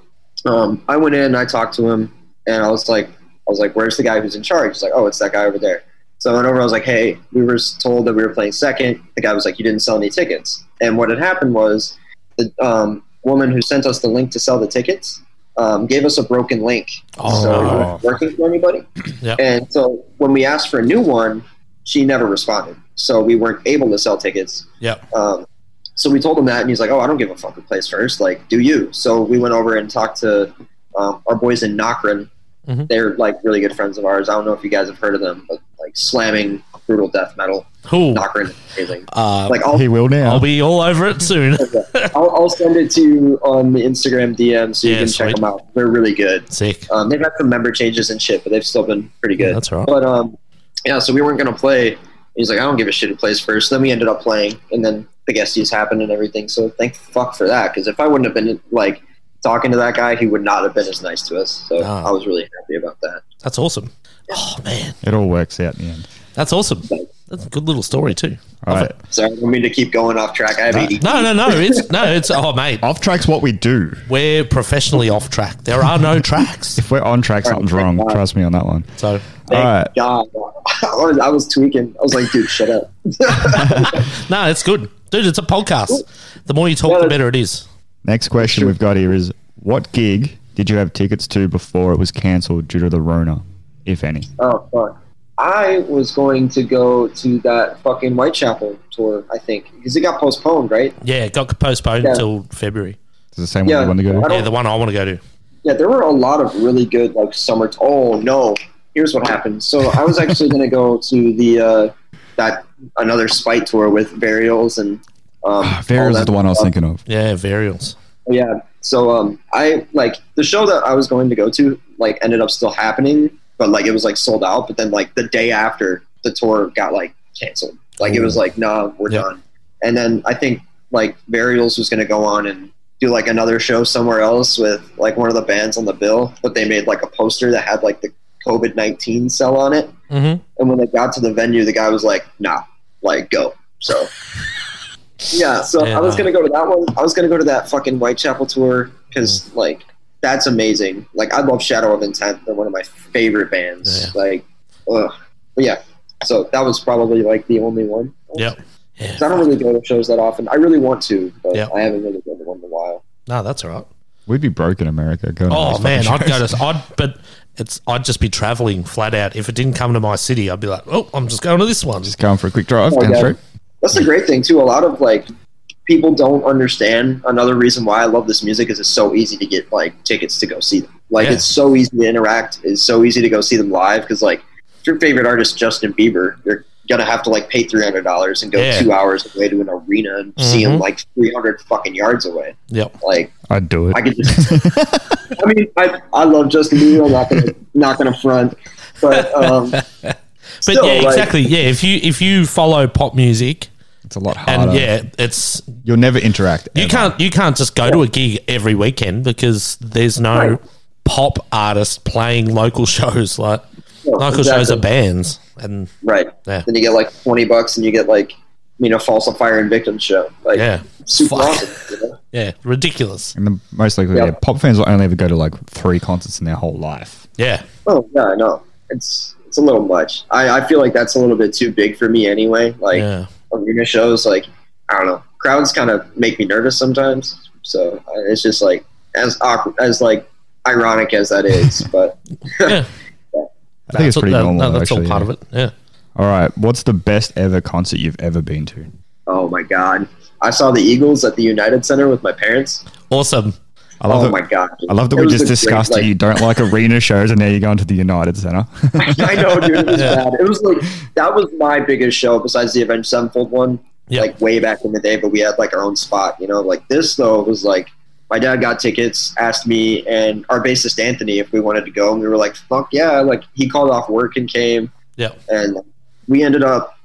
Speaker 3: um, I went in, and I talked to him, and I was like, I was like, where's the guy who's in charge? He's like, oh, it's that guy over there. So I went over. I was like, hey, we were told that we were playing second. The guy was like, you didn't sell any tickets. And what had happened was the um, woman who sent us the link to sell the tickets um, gave us a broken link
Speaker 1: Oh,
Speaker 3: so
Speaker 1: no.
Speaker 3: it wasn't working for anybody.
Speaker 1: Yep.
Speaker 3: And so when we asked for a new one, she never responded. So we weren't able to sell tickets.
Speaker 1: Yep.
Speaker 3: Um, so we told him that, and he's like, "Oh, I don't give a fuck who plays first. Like, do you?" So we went over and talked to um, our boys in Nocrin.
Speaker 1: Mhm.
Speaker 3: They're like really good friends of ours. I don't know if you guys have heard of them, but like slamming brutal death metal,
Speaker 1: Cool.
Speaker 3: Nocrin, is amazing.
Speaker 1: Uh,
Speaker 3: Like I'll,
Speaker 2: he will now.
Speaker 1: I'll be all over it soon.
Speaker 3: I'll I'll send it to you on the Instagram DM so you
Speaker 1: Yeah,
Speaker 3: can check
Speaker 1: sweet.
Speaker 3: them out. They're really good.
Speaker 1: Sick.
Speaker 3: Um, they've had some member changes and shit, but they've still been pretty good.
Speaker 1: That's all right.
Speaker 3: But um, yeah, so we weren't gonna play. He's like, I don't give a shit who plays first. Then we ended up playing, and then the guesties happened and everything. So thank fuck for that, because if I wouldn't have been like talking to that guy, he would not have been as nice to us. So
Speaker 1: Ah.
Speaker 3: I was really happy about that.
Speaker 1: That's awesome. Oh man,
Speaker 2: It all works out in the end.
Speaker 1: that's awesome. That's a good little story too.
Speaker 2: All right.
Speaker 3: Sorry, I don't mean to keep going off track. I have ADD.
Speaker 1: No, no, no. It's no. It's oh mate,
Speaker 2: Off track's what we do.
Speaker 1: we're professionally off track. There are no tracks.
Speaker 2: If we're on track, something's wrong. Trust me on that one.
Speaker 1: So
Speaker 2: All
Speaker 3: Thank
Speaker 2: right.
Speaker 3: God, I was, I was tweaking. I was like, dude, shut up.
Speaker 1: no, it's good, dude. It's a podcast. The more you talk,
Speaker 3: Yeah,
Speaker 1: the
Speaker 3: that's-
Speaker 1: better it is.
Speaker 2: Next question we've got here is what gig did you have tickets to before it was cancelled due to the Rona, if any?
Speaker 3: Oh fuck! I was going to go to that fucking Whitechapel tour. I think because it got postponed, right?
Speaker 1: Yeah, it got postponed
Speaker 3: Yeah.
Speaker 1: until February.
Speaker 2: It's the same one you
Speaker 3: Yeah.
Speaker 2: want to
Speaker 3: I
Speaker 2: go.
Speaker 3: don't-
Speaker 1: Yeah, the one I want to go to.
Speaker 3: Yeah, there were a lot of really good like summer. T- oh no! Here's what happened. So I was actually going to go to the uh, that another spite tour with Varials and um, all
Speaker 2: Various
Speaker 3: that
Speaker 2: Ah, is the one I was
Speaker 3: stuff.
Speaker 2: thinking of.
Speaker 1: Yeah, Varials.
Speaker 3: Yeah. So um, I like the show that I was going to go to like ended up still happening, but like it was like sold out. But then like the day after the tour got like canceled. Like it was like nah, we're
Speaker 1: Yep.
Speaker 3: done. And then I think like Varials was going to go on and do like another show somewhere else with like one of the bands on the bill, but they made like a poster that had like the COVID nineteen cell on it.
Speaker 1: Mm-hmm.
Speaker 3: And when they got to the venue, the guy was like, "Nah, like go." So yeah, so
Speaker 1: Yeah,
Speaker 3: I was
Speaker 1: no.
Speaker 3: gonna go to that one. I was gonna go to that fucking Whitechapel tour because
Speaker 1: Mm.
Speaker 3: like that's amazing. Like I love Shadow of Intent. They're one of my favorite bands. Like, ugh. but yeah. So that was probably like the only one.
Speaker 1: Yep. Yeah.
Speaker 3: 'Cause I don't really go to shows that often. I really want to, but
Speaker 1: Yep.
Speaker 3: I haven't really been to one in a while.
Speaker 1: No, that's all right.
Speaker 2: We'd be broke in America. Going to
Speaker 1: Oh
Speaker 2: those
Speaker 1: man,
Speaker 2: fucking
Speaker 1: I'd go
Speaker 2: shows.
Speaker 1: to I'd but it's I'd just be traveling flat out. If it didn't come to my city, I'd be like, oh, I'm just going to this one.
Speaker 2: Just going for a quick drive
Speaker 3: Oh,
Speaker 2: down the
Speaker 3: yeah.
Speaker 2: street.
Speaker 3: That's the great thing too. A lot of like people don't understand. Another reason why I love this music is it's so easy to get like tickets to go see them. Like
Speaker 1: Yeah.
Speaker 3: it's so easy to interact. It's so easy to go see them live because like if your favorite artist Justin Bieber, you're gonna have to like pay three hundred dollars and go
Speaker 1: Yeah. Mm-hmm.
Speaker 3: two hours away to an arena and see him like three hundred fucking yards away.
Speaker 1: Yep.
Speaker 3: Like
Speaker 2: I'd do it.
Speaker 3: I could just. I mean, I, I love Justin Bieber. I'm not gonna not gonna front, but um,
Speaker 1: But
Speaker 3: still,
Speaker 1: yeah,
Speaker 3: like,
Speaker 1: exactly. Yeah, if you if you follow pop music
Speaker 2: it's a lot
Speaker 1: and
Speaker 2: harder.
Speaker 1: yeah, it's
Speaker 2: You'll never interact.
Speaker 1: you
Speaker 2: ever.
Speaker 1: can't you can't just go to a gig every weekend because there's no
Speaker 3: Right.
Speaker 1: pop artist playing local shows like
Speaker 3: no,
Speaker 1: local shows
Speaker 3: exactly.
Speaker 1: are bands and
Speaker 3: Right.
Speaker 1: Yeah.
Speaker 3: Then you get like twenty bucks, and you get like you know falsifier and victim show. Like
Speaker 1: yeah.
Speaker 3: super
Speaker 1: Fuck.
Speaker 3: awesome. You know?
Speaker 1: Yeah, ridiculous.
Speaker 2: And the, most likely,
Speaker 3: Yeah.
Speaker 2: yeah, pop fans will only ever go to like three concerts in their whole life.
Speaker 1: Yeah.
Speaker 3: Oh yeah, I know. It's it's a little much. I, I feel like that's a little bit too big for me anyway. Like
Speaker 1: yeah.
Speaker 3: arena shows, like I don't know, crowds kind of make me nervous sometimes. So I- it's just like as awkward as like ironic as that is, but
Speaker 1: yeah.
Speaker 2: I think it's pretty
Speaker 1: that-
Speaker 2: normal.
Speaker 1: no, that's
Speaker 2: actually,
Speaker 1: all part
Speaker 2: yeah.
Speaker 1: of it. Yeah.
Speaker 2: All right. What's the best ever concert you've ever been to?
Speaker 3: oh my god. I saw the Eagles at the United Center with my parents.
Speaker 1: Awesome.
Speaker 2: I love
Speaker 3: oh
Speaker 2: that-
Speaker 3: my god!
Speaker 2: I love that
Speaker 3: It
Speaker 2: we
Speaker 3: was
Speaker 2: just
Speaker 3: a great,
Speaker 2: discussed
Speaker 3: like-
Speaker 2: that you don't like arena shows and now you're going to the United Center.
Speaker 3: I know, dude. It was
Speaker 1: Yeah.
Speaker 3: bad. It was like that was my biggest show besides the Avenged Sevenfold one.
Speaker 1: Yeah.
Speaker 3: Like way back in the day, but we had like our own spot, you know. Like this though was like my dad got tickets, asked me and our bassist Anthony if we wanted to go, and we were like, "Fuck yeah!" Like he called off work and came.
Speaker 1: Yeah.
Speaker 3: And we ended up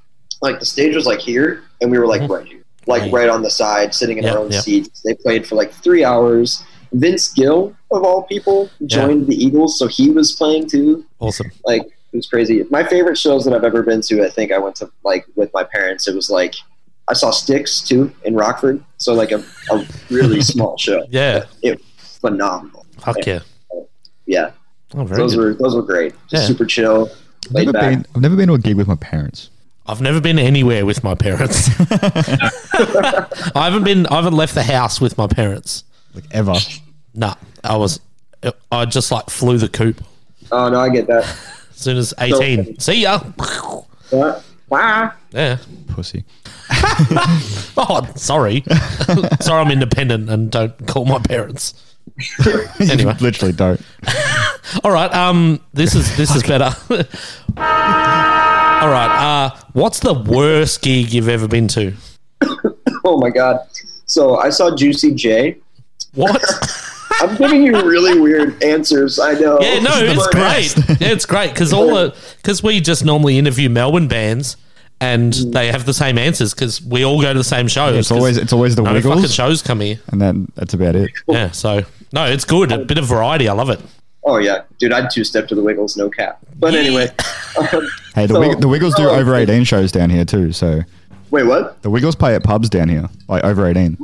Speaker 3: like the stage was like here, and we were like right here, like
Speaker 1: Mm-hmm. Right.
Speaker 3: right on the side, sitting in
Speaker 1: Yeah,
Speaker 3: our own
Speaker 1: yeah.
Speaker 3: seats. They played for like three hours. Vince Gill of all people joined the Eagles, so he was playing too
Speaker 1: Awesome.
Speaker 3: like it was crazy. My favorite shows that I've ever been to, I think I went to like with my parents. It was like I saw Styx too in Rockford, so like a, a really small show,
Speaker 1: Yeah.
Speaker 3: phenomenal.
Speaker 1: Fuck yeah.
Speaker 3: Yeah,
Speaker 1: Oh, very
Speaker 3: those
Speaker 1: good.
Speaker 3: were those were great. Just
Speaker 1: Yeah.
Speaker 3: super chill,
Speaker 2: I've
Speaker 3: laid
Speaker 2: never,
Speaker 3: back.
Speaker 2: been, I've never been to a gig with my parents.
Speaker 1: I've never been anywhere with my parents. I haven't been. I haven't left the house with my parents.
Speaker 2: Like ever.
Speaker 1: Nah, I was. I just like flew the coop
Speaker 3: Oh no, I get that.
Speaker 1: as soon as eighteen. See ya.
Speaker 3: Yeah. Wow.
Speaker 1: Yeah.
Speaker 2: Pussy.
Speaker 1: Oh, sorry. sorry, I'm independent and don't call my parents. Anyway.
Speaker 2: Literally don't.
Speaker 1: All right. Um. This is this is better. All right. Uh. What's the worst gig you've ever been to?
Speaker 3: Oh my god. So I saw Juicy J.
Speaker 1: What?
Speaker 3: I'm giving you really weird answers. I know.
Speaker 1: Yeah, no, it's great. Yeah, it's great because all the because we just normally interview Melbourne bands and they have the same answers because we all go to the same shows.
Speaker 2: It's always it's always the
Speaker 1: no fucking
Speaker 2: Wiggles,
Speaker 1: shows come here.
Speaker 2: and then that's about it.
Speaker 1: Yeah, so no, it's good. A bit of variety, I love it.
Speaker 3: Oh yeah, dude, I'd two step to the Wiggles, no cap. But anyway,
Speaker 2: Hey, the,
Speaker 3: So-
Speaker 2: Wig- the Wiggles do
Speaker 3: Oh,
Speaker 2: over
Speaker 3: okay.
Speaker 2: eighteen shows down here too. So
Speaker 3: wait, what?
Speaker 2: the Wiggles play at pubs down here, like over eighteen.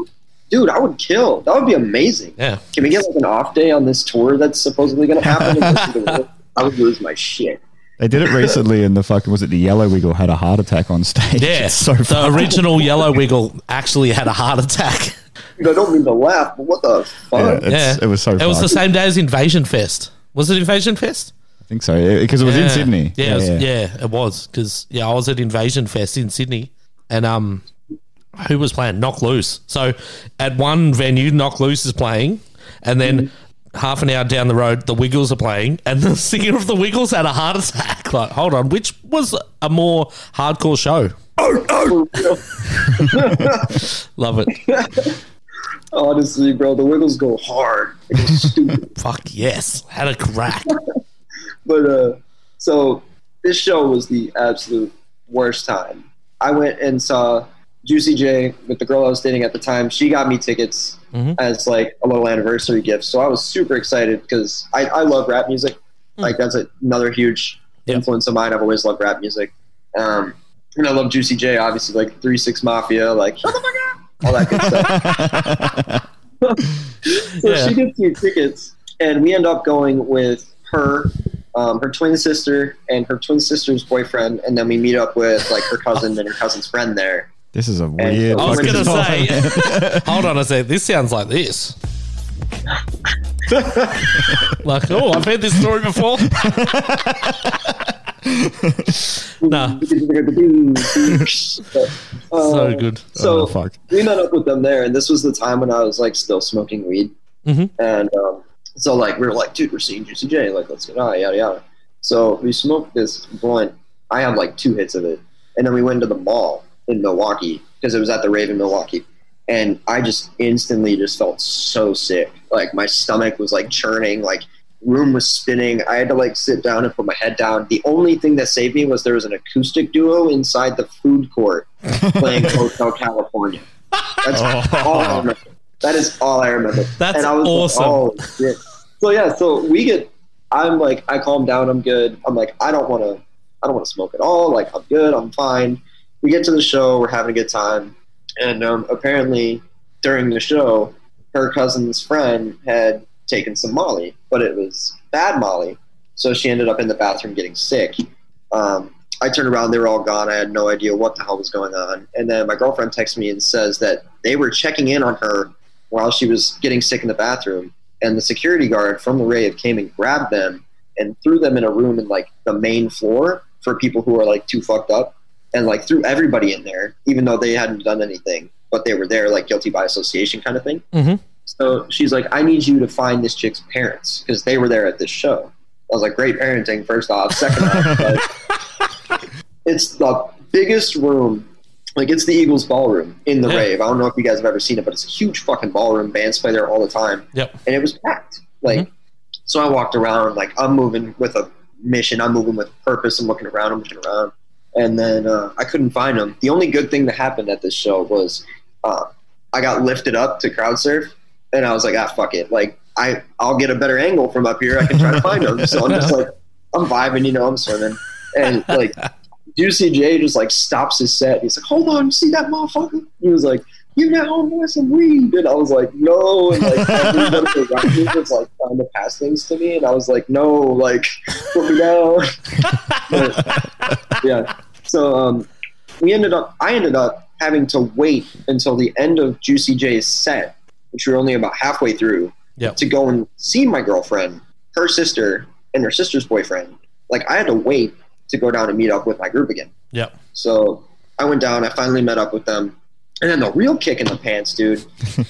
Speaker 3: dude, I would kill. That would be amazing.
Speaker 1: Yeah.
Speaker 3: Can we get like an off day on this tour that's supposedly going to happen? And listen to the- I would lose my shit.
Speaker 2: They did it recently, and the fucking was it the Yellow Wiggle had a heart attack on stage.
Speaker 1: Yeah,
Speaker 2: It's so
Speaker 1: the
Speaker 2: funny.
Speaker 1: original Yellow Wiggle actually had a heart attack.
Speaker 3: Dude, I don't mean to laugh, but what the
Speaker 2: Yeah,
Speaker 3: fuck?
Speaker 2: it's,
Speaker 1: yeah,
Speaker 2: it was so.
Speaker 1: It was the
Speaker 2: fucked.
Speaker 1: same day as Invasion Fest. Was it Invasion Fest?
Speaker 2: I think so because it was in
Speaker 1: Yeah.
Speaker 2: Sydney.
Speaker 1: Yeah, it was- yeah, it was because yeah, I was at Invasion Fest in Sydney, and um, who was playing Knock Loose? So at one venue, Knock Loose is playing, and then half an hour down the road, the Wiggles are playing, and the singer of the Wiggles had a heart attack. Like, hold on, which was a more hardcore show?
Speaker 3: For real.
Speaker 1: Love it.
Speaker 3: Honestly, bro, the Wiggles go hard. It goes stupid.
Speaker 1: Fuck yes, had a crack.
Speaker 3: But uh, so this show was the absolute worst time. I went and saw Juicy J with the girl I was dating at the time. She got me tickets
Speaker 1: Mhm.
Speaker 3: as like a little anniversary gift, so I was super excited because I, I love rap music. Like that's another huge
Speaker 1: Yeah.
Speaker 3: influence of mine. I've always loved rap music, um, and I love Juicy J. Obviously, like Three Six Mafia, like shut the fuck up, all that good stuff so
Speaker 1: Yeah.
Speaker 3: she gets me tickets, and we end up going with her, um, her twin sister, and her twin sister's boyfriend, and then we meet up with like her cousin and her cousin's friend there.
Speaker 2: This is a weird.
Speaker 3: I
Speaker 1: I was
Speaker 2: fucking
Speaker 1: gonna
Speaker 2: song.
Speaker 1: say, hold on a sec. This sounds like this. like, oh, I've heard this story before. nah,
Speaker 3: so
Speaker 1: so good.
Speaker 2: Oh,
Speaker 3: um, So
Speaker 2: fuck.
Speaker 3: we met up with them there, and this was the time when I was like still smoking weed,
Speaker 1: Mhm.
Speaker 3: and um, so like we were like, dude, we're seeing Juicy J, like let's get high, yada yada. So we smoked this blunt. I had like two hits of it, and then we went to the mall in Milwaukee because it was at the Raven Milwaukee, and I just instantly just felt so sick. Like my stomach was like churning, like room was spinning. I had to like sit down and put my head down. The only thing that saved me was there was an acoustic duo inside the food court playing Hotel California. That's all I remember. That is all I remember.
Speaker 1: That's
Speaker 3: and I was like,
Speaker 1: awesome.
Speaker 3: oh, shit. So yeah, so we get. I'm like, I calm down. I'm good. I'm like, I don't want to. I don't want to smoke at all. Like, I'm good. I'm fine. We get to the show. We're having a good time. And um, apparently, during the show, her cousin's friend had taken some Molly, but it was bad Molly. So she ended up in the bathroom getting sick. Um, I turned around, they were all gone. I had no idea what the hell was going on. And then my girlfriend texts me and says that they were checking in on her while she was getting sick in the bathroom. And the security guard from the rave came and grabbed them and threw them in a room in like the main floor for people who are like too fucked up and like threw everybody in there, even though they hadn't done anything, but they were there like guilty by association kind of thing.
Speaker 1: Mhm.
Speaker 3: So she's like, I need you to find this chick's parents because they were there at this show. I was like, great parenting, first off. Second off, like, it's the biggest room. Like, it's the Eagles ballroom in the
Speaker 1: Yeah.
Speaker 3: rave. I don't know if you guys have ever seen it, but it's a huge fucking ballroom. Bands play there all the time
Speaker 1: Yep.
Speaker 3: and it was packed. Like, so I walked around, like, I'm moving with a mission, I'm moving with purpose, I'm looking around, I'm looking around. And then uh, I couldn't find him. The only good thing that happened at this show was uh, I got lifted up to crowd surf, and I was like, ah, fuck it. Like, I, I'll get a better angle from up here. I can try to find him. So I'm just like, I'm vibing, you know, I'm swimming. And like, Juicy J just like stops his set. He's like, hold on, you see that motherfucker? He was like, you now want some weed? And I was like, no. And like, everybody around me was like trying to pass things to me. And I was like, no, like, put me down. But, yeah. So um, we ended up, I ended up having to wait until the end of Juicy J's set, which we were only about halfway through,
Speaker 1: Yep.
Speaker 3: to go and see my girlfriend, her sister, and her sister's boyfriend. Like, I had to wait to go down and meet up with my group again.
Speaker 1: Yep.
Speaker 3: So I went down. I finally met up with them, and then the real kick in the pants, dude,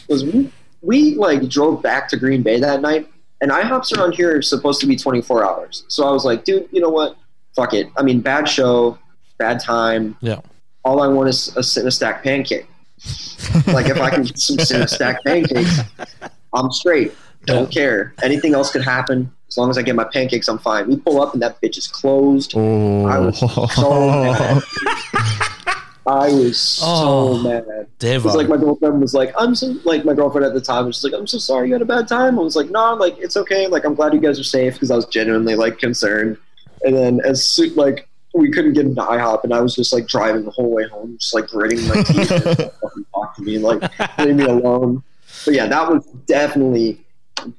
Speaker 3: was we, we like drove back to Green Bay that night, and IHOPs around here are supposed to be 24 hours. So I was like, dude, you know what? Fuck it. I mean, bad show, bad time.
Speaker 1: Yeah.
Speaker 3: All I want is a Cinestack pancake. like if I can get some Cinestack pancakes, I'm straight. Don't care. Anything else could happen. As long as I get my pancakes, I'm fine. We pull up and that bitch is closed.
Speaker 2: Oh,
Speaker 3: I was so mad. I was so
Speaker 1: Oh.
Speaker 3: mad. It
Speaker 1: Devo.
Speaker 3: was like my girlfriend was like, I'm so like my girlfriend at the time was just like, I'm so sorry you had a bad time. I was like, no, like it's okay. Like I'm glad you guys are safe because I was genuinely like concerned. And then as soon like we couldn't get into IHOP and I was just like driving the whole way home, just like gritting my teeth and like, fucking talk to me, like leave me alone. But yeah, that was definitely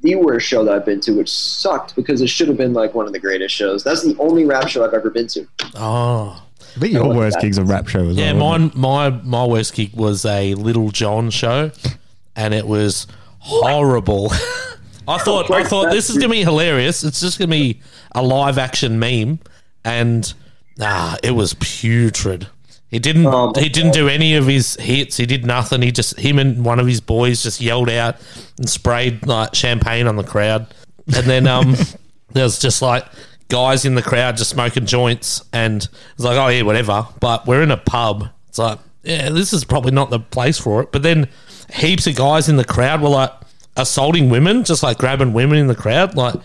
Speaker 3: the worst show that I've been to, which sucked because it should have been like one of the greatest shows. That's the only rap show I've ever been to.
Speaker 1: oh.
Speaker 2: I think your worst gig's a rap show as
Speaker 1: Yeah,
Speaker 2: well.
Speaker 1: mine, my my worst gig was a Little John show, and it was horrible. I thought I thought this is gonna be hilarious. It's just gonna be a live action meme, and nah, it was putrid. He didn't
Speaker 3: Oh, my
Speaker 1: he didn't do any of his hits. He did nothing. He just him and one of his boys just yelled out and sprayed like champagne on the crowd, and then um, there was just like guys in the crowd just smoking joints, and it's like oh yeah whatever. But we're in a pub. It's like yeah this is probably not the place for it. But then heaps of guys in the crowd were like assaulting women, just like grabbing women in the crowd, like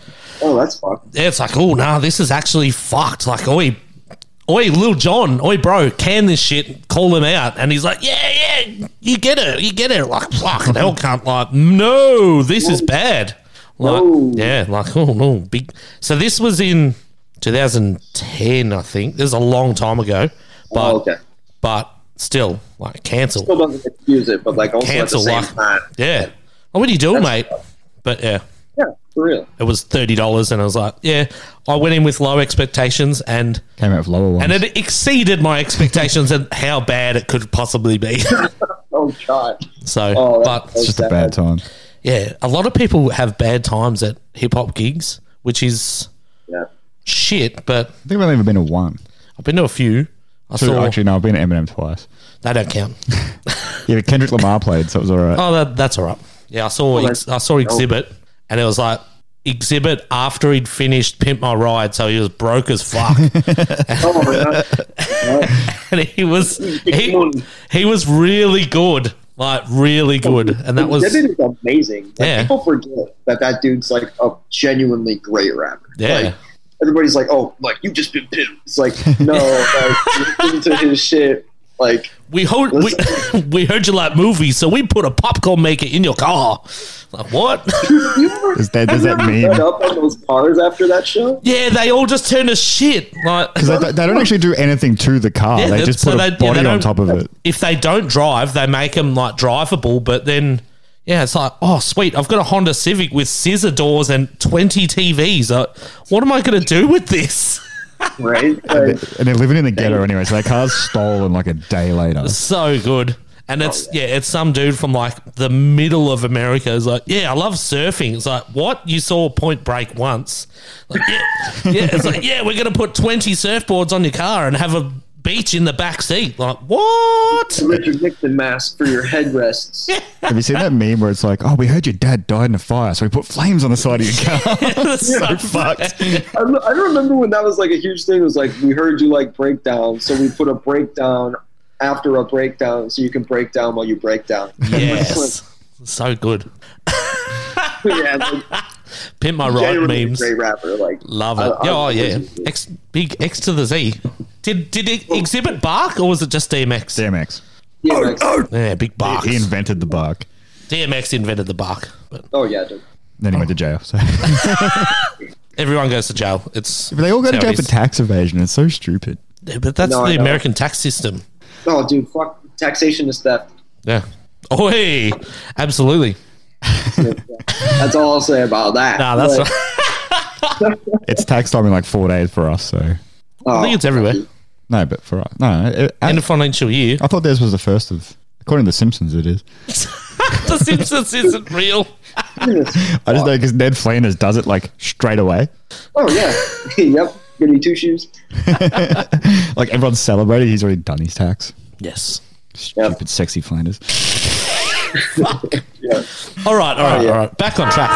Speaker 3: Oh, that's fucked.
Speaker 1: yeah, it's like, oh no, this is actually fucked. Like, oi, oi, Lil John, oi, bro, can this shit, call him out. And he's like, yeah, yeah, you get it, you get it. Like, fucking hell, cunt. Like, no, this is bad. Like,
Speaker 3: No.
Speaker 1: yeah, like, oh no, big. So this was in 2010, I think. This is a long time ago, but
Speaker 3: Oh, okay.
Speaker 1: but still, like, cancel,
Speaker 3: still doesn't excuse it, but like also
Speaker 1: cancel.
Speaker 3: at the
Speaker 1: Like,
Speaker 3: same time,
Speaker 1: yeah. Well, what do you do, mate? But yeah
Speaker 3: yeah, for real.
Speaker 1: it was thirty dollars, and I was like, "Yeah." I went in with low expectations, and
Speaker 2: Came out of lower ones.
Speaker 1: and it exceeded my expectations and how bad it could possibly be.
Speaker 3: Oh god,
Speaker 1: so,
Speaker 3: Oh, that's
Speaker 1: but
Speaker 2: it's just a bad time.
Speaker 1: yeah, a lot of people have bad times at hip hop gigs, which is
Speaker 3: yeah.
Speaker 1: shit. But
Speaker 2: I think I've only ever been to one.
Speaker 1: I've been to a few. I
Speaker 2: Two,
Speaker 1: saw
Speaker 2: actually, no, I've been to Eminem twice.
Speaker 1: they don't count.
Speaker 2: Yeah, but Kendrick Lamar played, so it was all right.
Speaker 1: Oh, that, that's all right. Yeah, I saw
Speaker 3: Oh,
Speaker 1: ex- I saw Exhibit, and it was like Exhibit after he'd finished Pimp My Ride, so he was broke as fuck.
Speaker 3: Oh my god,
Speaker 1: and he was he, he was really good, like really good, and that was
Speaker 3: Exhibit is amazing. Like,
Speaker 1: Yeah.
Speaker 3: People forget that that dude's like a genuinely great rapper.
Speaker 1: Yeah.
Speaker 3: Like, everybody's like, oh, like you just been pimped. It's like no, like listen to his shit. Like
Speaker 1: we heard we, we heard you like movies, so we put a popcorn maker in your car. Like what?
Speaker 3: you ever
Speaker 2: Is that, does that mean?
Speaker 3: read up on those cars after that show?
Speaker 1: yeah, they all just turned to shit. Like
Speaker 2: Because they, they don't actually do anything to the car.
Speaker 1: Yeah,
Speaker 2: they
Speaker 1: they-
Speaker 2: just
Speaker 1: so
Speaker 2: put
Speaker 1: they-
Speaker 2: a
Speaker 1: yeah,
Speaker 2: body
Speaker 1: they
Speaker 2: on
Speaker 1: don't-
Speaker 2: top of it.
Speaker 1: if they don't drive, they make them like drivable, but then. Yeah, it's like, oh, sweet. I've got a Honda Civic with scissor doors and 20 TVs. Uh, what am I going to do with this?
Speaker 3: Right? Like,
Speaker 2: And they're living in the ghetto anyway, so their car's stolen like a day later.
Speaker 1: so good. And it's yeah. it's some dude from like the middle of America is like, yeah, I love surfing. It's like, what? You saw Point Break once? Like, yeah, yeah. It's like, yeah, we're gonna put twenty surfboards on your car and have a beach in the back seat. Like, what?
Speaker 3: The Richard Nixon mask for your headrests.
Speaker 2: Have you seen that meme where it's like, oh, we heard your dad died in a fire, so we put flames on the side of your car?
Speaker 1: That's so
Speaker 2: Fucked.
Speaker 3: I, rem- I remember when that was like a huge thing. It was like we heard you like breakdown, so we put a breakdown after a breakdown, so you can break down while you break down.
Speaker 1: Yes. so good.
Speaker 3: yeah, like,
Speaker 1: Pimp my ride
Speaker 3: genuinely a
Speaker 1: memes.
Speaker 3: great rapper. Like
Speaker 1: Love it.
Speaker 3: I- I-
Speaker 1: oh yeah. X big X to the Z. Did did it exhibit bark or was it just DMX?
Speaker 2: DMX.
Speaker 3: Yeah, like-
Speaker 1: Yeah, big bark.
Speaker 2: He invented the bark.
Speaker 1: DMX invented the bark. But
Speaker 3: oh yeah, dude.
Speaker 2: Then he went to jail. So.
Speaker 1: everyone goes to jail. It's
Speaker 2: But they all go to
Speaker 1: it's how
Speaker 2: jail
Speaker 1: it
Speaker 2: for
Speaker 1: is.
Speaker 2: tax evasion. It's so stupid.
Speaker 1: Yeah, But that's
Speaker 3: No, I
Speaker 1: the
Speaker 3: know.
Speaker 1: American tax system.
Speaker 3: Oh, dude, fuck. Taxation is theft.
Speaker 1: Yeah. Oh, hey. Absolutely.
Speaker 3: That's all I'll say about that.
Speaker 1: Nah, that's
Speaker 3: Like,
Speaker 1: right.
Speaker 2: It's tax time in like four days for us. So
Speaker 1: I
Speaker 3: oh,
Speaker 1: think it's everywhere.
Speaker 2: no, but for us, no. It,
Speaker 1: End
Speaker 2: I,
Speaker 1: of financial year.
Speaker 2: I thought theirs was the first of. According to The Simpsons, it is.
Speaker 1: the Simpsons isn't real.
Speaker 2: I just know because Ned Flanders does it like straight away.
Speaker 3: oh yeah, yep. Give me two shoes.
Speaker 2: Like everyone's celebrating. He's already done his tax.
Speaker 1: Yes.
Speaker 2: Stupid, sexy Flanders.
Speaker 3: Yeah.
Speaker 1: All right. All right.
Speaker 3: yeah.
Speaker 1: All right. Back on track.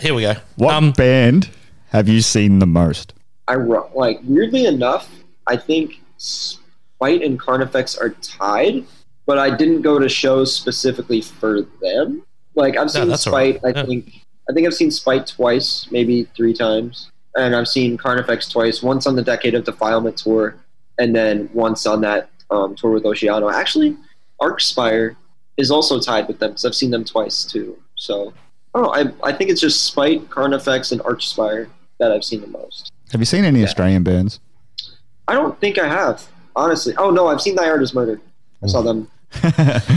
Speaker 1: Here we go.
Speaker 2: What
Speaker 1: Um,
Speaker 2: band have you seen the most?
Speaker 3: I ru- like weirdly enough, I think Spite and Carnifex are tied, but I didn't go to shows specifically for them. Like I've seen
Speaker 1: that's all
Speaker 3: Spite,
Speaker 1: right.
Speaker 3: I
Speaker 1: Yeah.
Speaker 3: think I think I've seen Spite twice, maybe three times, and I've seen Carnifex twice. Once on the Decade of Defilement tour, and then once on that um, tour with Oceano. Actually, Arcspire is also tied with them because I've seen them twice too. So. Oh, I, I think it's just Spite, Carnifex, and Archspire that I've seen the most.
Speaker 2: Have you seen any Australian bands?
Speaker 3: I don't think I have, honestly. Oh no, I've seen Thy Art is Murder. I saw them.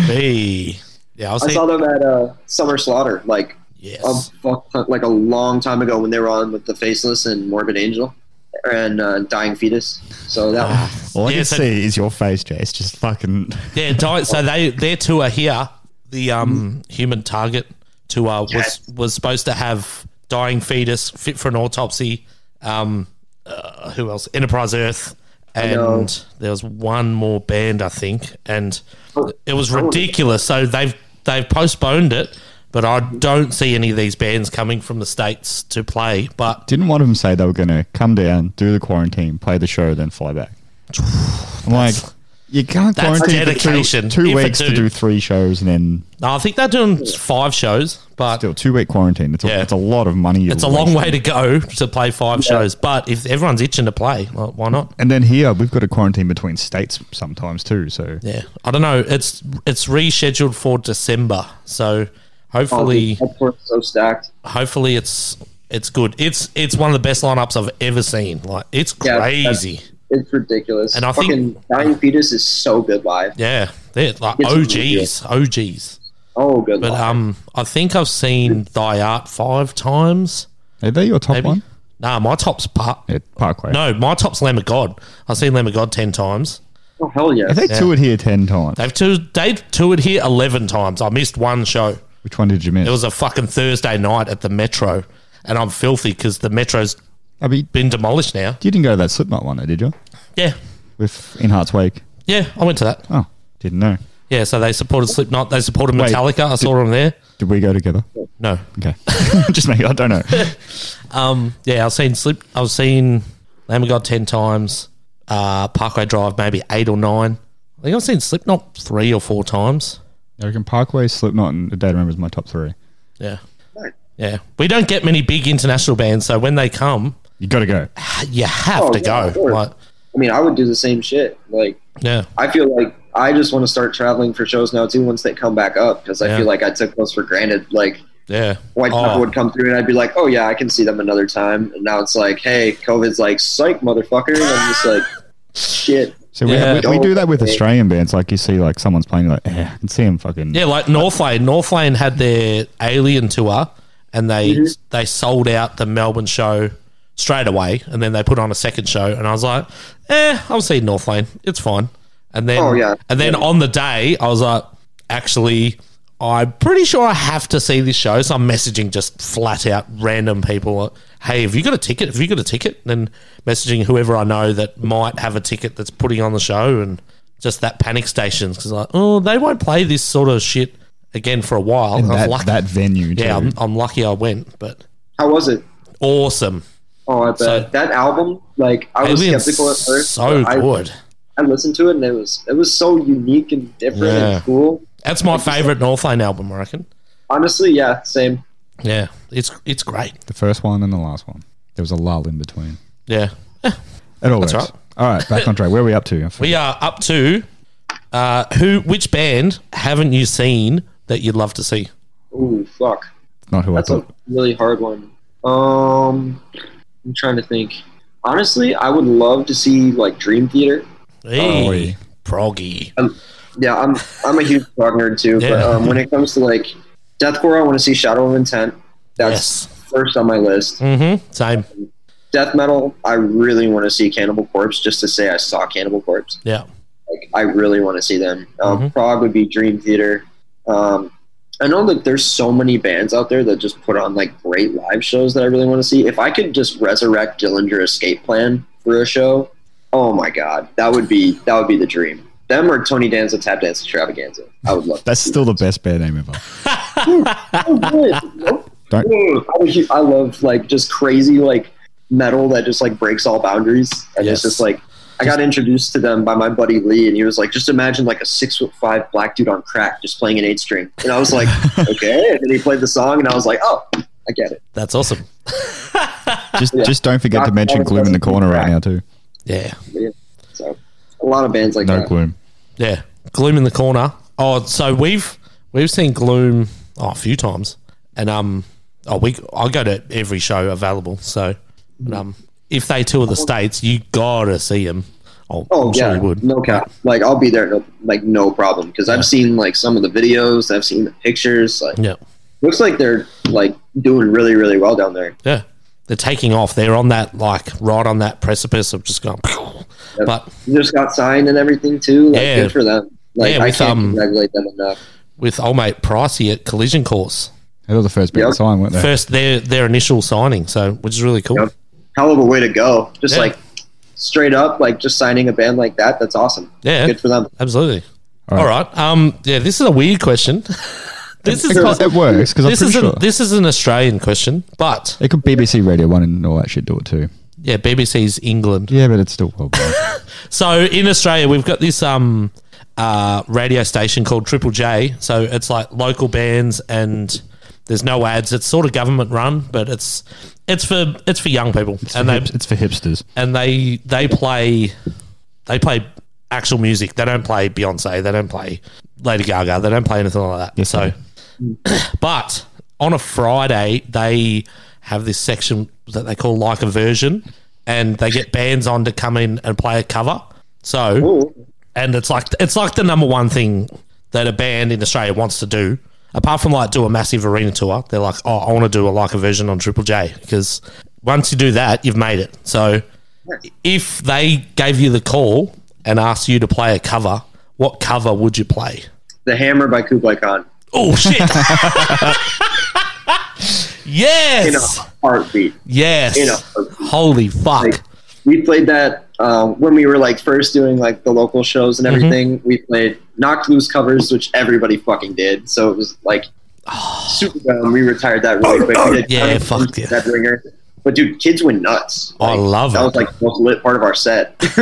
Speaker 1: B. Yeah, I'll
Speaker 3: I
Speaker 1: say
Speaker 3: saw um, them at uh, Summer Slaughter, like
Speaker 1: yes.
Speaker 3: a fuck, ton- like a long time ago when they were on with the Faceless and Morbid Angel and uh, Dying Fetus. So that
Speaker 1: Ah.
Speaker 2: All I
Speaker 1: Yeah,
Speaker 2: can
Speaker 1: so-
Speaker 2: see is your face, Jace. Just fucking.
Speaker 1: yeah, di- so they their tour here, the um human target tour was
Speaker 3: Yes.
Speaker 1: was supposed to have dying fetus fit for an autopsy. Um, uh, who else? Enterprise Earth,
Speaker 3: know.
Speaker 1: and there was one more band I think, and
Speaker 3: Oh,
Speaker 1: it was
Speaker 3: oh.
Speaker 1: ridiculous. So they've they've postponed it, but I don't see any of these bands coming from the states to play. But
Speaker 2: Didn't one of them say they were going to come down, do the quarantine, play the show, then fly back? I'm like, you can't
Speaker 1: That's
Speaker 2: quarantine for
Speaker 1: dedication.
Speaker 2: two, two
Speaker 1: If it
Speaker 2: weeks to
Speaker 1: do-
Speaker 2: do three shows and then
Speaker 1: no, I think they're doing five shows, but
Speaker 2: still two week quarantine. It's a,
Speaker 1: Yeah.
Speaker 2: it's a lot of money.
Speaker 1: It's a long way to go to play five shows, but if everyone's itching to play, like, why not?
Speaker 2: And then here we've got a quarantine between states sometimes too. So
Speaker 1: Yeah, I don't know. It's it's rescheduled for December, so hopefully,
Speaker 3: that tour was so stacked.
Speaker 1: hopefully it's it's good. It's it's one of the best lineups I've ever seen. Like it's
Speaker 3: Yeah, that's-
Speaker 1: crazy.
Speaker 3: It's ridiculous.
Speaker 1: And I think-
Speaker 3: Fucking Dying Fetus is so good live.
Speaker 1: yeah, they're like
Speaker 3: It's really
Speaker 1: OGs, OGs.
Speaker 3: Oh, good
Speaker 1: But
Speaker 3: live.
Speaker 1: um, I think I've seen Thy Art five times.
Speaker 2: are they your top
Speaker 1: Maybe.
Speaker 2: one?
Speaker 1: Nah, my top's part.
Speaker 2: Yeah, Parkway.
Speaker 1: No, my top's Lamb of God. I've seen Lamb of God ten times.
Speaker 3: oh hell yes.
Speaker 2: Have they toured here ten times?
Speaker 1: They've tou- they toured here eleven times. I missed one show.
Speaker 2: Which one did you miss?
Speaker 1: It was a fucking Thursday night at the Metro, and I'm filthy because the Metro's
Speaker 2: I mean,
Speaker 1: been demolished now.
Speaker 2: you didn't go to that Slipknot one, though, did you?
Speaker 1: Yeah,
Speaker 2: With In Heart's Wake.
Speaker 1: yeah, I went to that.
Speaker 2: Oh, didn't know.
Speaker 1: Yeah, so they supported Slipknot, they supported
Speaker 2: Wait,
Speaker 1: Metallica. I saw them there.
Speaker 2: Did we go together?
Speaker 1: No,
Speaker 2: Okay, just make. I don't know.
Speaker 1: um, yeah, I've seen Slip, I've seen Lamb of God ten times, uh, Parkway Drive maybe eight or nine. I think I've seen Slipknot three or four times.
Speaker 2: I reckon Parkway, Slipknot, and Data Remember is my top three.
Speaker 1: Yeah, yeah. We don't get many big international bands, so when they come,
Speaker 2: You got to go.
Speaker 1: you have
Speaker 3: Oh,
Speaker 1: to
Speaker 3: yeah, of
Speaker 1: go.
Speaker 3: course.
Speaker 1: Like,
Speaker 3: I mean, I would do the same shit. Like
Speaker 1: yeah.
Speaker 3: I feel like I just want to start traveling for shows now too once they come back up because I
Speaker 1: Yeah.
Speaker 3: feel like I took those for granted. Like
Speaker 1: Yeah.
Speaker 3: White
Speaker 1: Oh.
Speaker 3: Pepper would come through, and I'd be like, "Oh yeah, I can see them another time." And now it's like, "Hey, COVID's like, psych, motherfucker!" And I'm just like, "Shit."
Speaker 2: So we,
Speaker 1: Yeah.
Speaker 2: we, we do that with Australian bands. Like you see, like someone's playing, like eh, I can see him fucking.
Speaker 1: Yeah, like North Lane. North Lane had their Alien tour, and they
Speaker 3: Mm-hmm.
Speaker 1: they sold out the Melbourne show straight away, and then they put on a second show, and I was like, eh, I'll see North Lane. It's fine. And then,
Speaker 3: Oh, yeah.
Speaker 1: and then on the day, I was like, actually, I'm pretty sure I have to see this show. So I'm messaging just flat out random people. Hey, have you got a ticket? Have you got a ticket? And messaging whoever I know that might have a ticket that's putting on the show and just that panic stations because like, oh, they won't play this sort of shit again for a while. I'm
Speaker 2: That,
Speaker 1: Oh, lucky.
Speaker 2: that venue, too.
Speaker 1: yeah, I'm, I'm lucky I went, but
Speaker 3: How was it?
Speaker 1: awesome.
Speaker 3: Oh, I bet
Speaker 1: So-
Speaker 3: that album. Like I was
Speaker 1: Alien's
Speaker 3: skeptical at first.
Speaker 1: so
Speaker 3: but I,
Speaker 1: good.
Speaker 3: I listened to it and it was it was so unique and different
Speaker 1: Yeah.
Speaker 3: and cool.
Speaker 1: That's my favorite North Lane album, I reckon.
Speaker 3: Honestly, yeah, same.
Speaker 1: Yeah, it's it's great.
Speaker 2: The first one and the last one. There was a lull in between.
Speaker 1: Yeah,
Speaker 2: It all works.
Speaker 1: right.
Speaker 2: All right, back on track. Where are we up to?
Speaker 1: We are up to uh, who? Which band haven't you seen that you'd love to see?
Speaker 3: Ooh, fuck.
Speaker 2: Not who I
Speaker 3: That's a
Speaker 2: thought.
Speaker 3: really hard one. Um, I'm trying to think. Honestly, I would love to see like Dream Theater.
Speaker 1: Hey, proggy.
Speaker 3: Yeah, I'm I'm a huge prog nerd too. But
Speaker 1: Yeah.
Speaker 3: um, when it comes to like deathcore, I want to see Shadow of Intent. That's
Speaker 1: Yes.
Speaker 3: first on my list.
Speaker 1: Mm-hmm. Same.
Speaker 3: Death metal, I really want to see Cannibal Corpse just to say I saw Cannibal Corpse.
Speaker 1: Yeah.
Speaker 3: Like I really want to see them. Um,
Speaker 2: Mm-hmm.
Speaker 1: Mhm.
Speaker 3: Prague would be Dream Theater. Um, I know that there's so many bands out there that just put on like great live shows that I really want to see. If I could just resurrect Dillinger Escape Plan for a show, oh my god, that would be that would be the dream. Them or Tony Danza Tap Dance Extravaganza. I would love.
Speaker 2: That's
Speaker 3: to see
Speaker 2: still the best band name ever.
Speaker 3: that.
Speaker 2: Don't-
Speaker 3: I, was ju- I love like just crazy like metal that just like breaks all boundaries, and
Speaker 1: Yes.
Speaker 3: it's just like I got introduced to them by my buddy Lee, and he was like, "Just imagine like a six foot five black dude on crack just playing an eight string," and I was like, "Okay." And then he played the song, and I was like, "Oh, I get it."
Speaker 1: That's awesome.
Speaker 2: Just,
Speaker 3: Yeah.
Speaker 2: just don't forget to
Speaker 3: Not-
Speaker 2: mention
Speaker 3: not-
Speaker 2: Gloom in the corner right now too.
Speaker 1: Yeah.
Speaker 3: So a lot of bands like
Speaker 2: No
Speaker 3: that.
Speaker 2: Gloom.
Speaker 1: Yeah. Gloom in the corner. Oh, so we've we've seen Gloom oh, a few times, and um, oh, we I go to every show available. So, and, um, if they tour the states, you gotta see them. Oh,
Speaker 3: Oh
Speaker 1: I'm
Speaker 3: yeah,
Speaker 1: sure you would.
Speaker 3: no cap. Like I'll be there, no, like no problem, because I've seen like some of the videos, I've seen the pictures. Like
Speaker 1: Yeah.
Speaker 3: looks like they're like doing really, really well down there.
Speaker 1: Yeah. They're taking off. They're on that, like, right on that precipice of just going. But
Speaker 3: They just got signed and everything too. Like
Speaker 1: Yeah.
Speaker 3: good for them. Like
Speaker 1: Yeah,
Speaker 3: I
Speaker 1: with,
Speaker 3: can't
Speaker 1: um,
Speaker 3: congratulate them enough.
Speaker 1: with old mate Pricey at Collision Course,
Speaker 2: That was the first band
Speaker 3: Yep.
Speaker 2: sign, weren't they?
Speaker 1: first their their initial signing, so which is really cool.
Speaker 3: Yep. Hell of a way to go. Just
Speaker 1: Yeah.
Speaker 3: like straight up, like just signing a band like that. That's awesome.
Speaker 1: Yeah.
Speaker 3: good for them.
Speaker 1: Absolutely.
Speaker 2: All
Speaker 1: All
Speaker 2: right.
Speaker 1: right. Um. Yeah. This is a weird question. this is
Speaker 2: It,
Speaker 1: a,
Speaker 2: it works because I'm
Speaker 1: this
Speaker 2: pretty
Speaker 1: is
Speaker 2: sure
Speaker 1: an, this is an Australian question, but
Speaker 2: it could BBC Radio One and all that shit do it too.
Speaker 1: yeah, BBC's England.
Speaker 2: Yeah, but it's still worldwide.
Speaker 1: So in Australia, we've got this um uh radio station called Triple J. So it's like local bands and there's no ads. It's sort of government run, but it's it's for it's for young people and they
Speaker 2: it's for hipsters.
Speaker 1: and they they play they play actual music. They don't play Beyonce. They don't play Lady Gaga. They don't play anything like that.
Speaker 2: Yes,
Speaker 1: so, but on a Friday they have this section that they call like a version, and they get bands on to come in and play a cover. So
Speaker 3: Ooh.
Speaker 1: and it's like it's like the number one thing that a band in Australia wants to do. Apart from like do a massive arena tour, they're like, oh, I want to do a like a version on Triple J because once you do that, you've made it. So if they gave you the call and asked you to play a cover, what cover would you play?
Speaker 3: The Hammer by Kublai Khan
Speaker 1: Oh shit! yes,
Speaker 3: in a heartbeat.
Speaker 1: yes.
Speaker 3: in a-
Speaker 1: Holy fuck!
Speaker 3: Like, we played that um, when we were like first doing like the local shows
Speaker 1: Mm-hmm.
Speaker 3: and everything. We played knocked loose covers, which everybody fucking did. So it was like super dumb. We retired that really quick. We
Speaker 1: Oh.
Speaker 3: did
Speaker 1: Yeah,
Speaker 3: Counting
Speaker 1: fuck
Speaker 3: Crows,
Speaker 1: yeah. Oh,
Speaker 3: Dead Ringer. But dude, kids went nuts.
Speaker 1: I love
Speaker 3: that
Speaker 1: it.
Speaker 3: was like the most lit part of our set.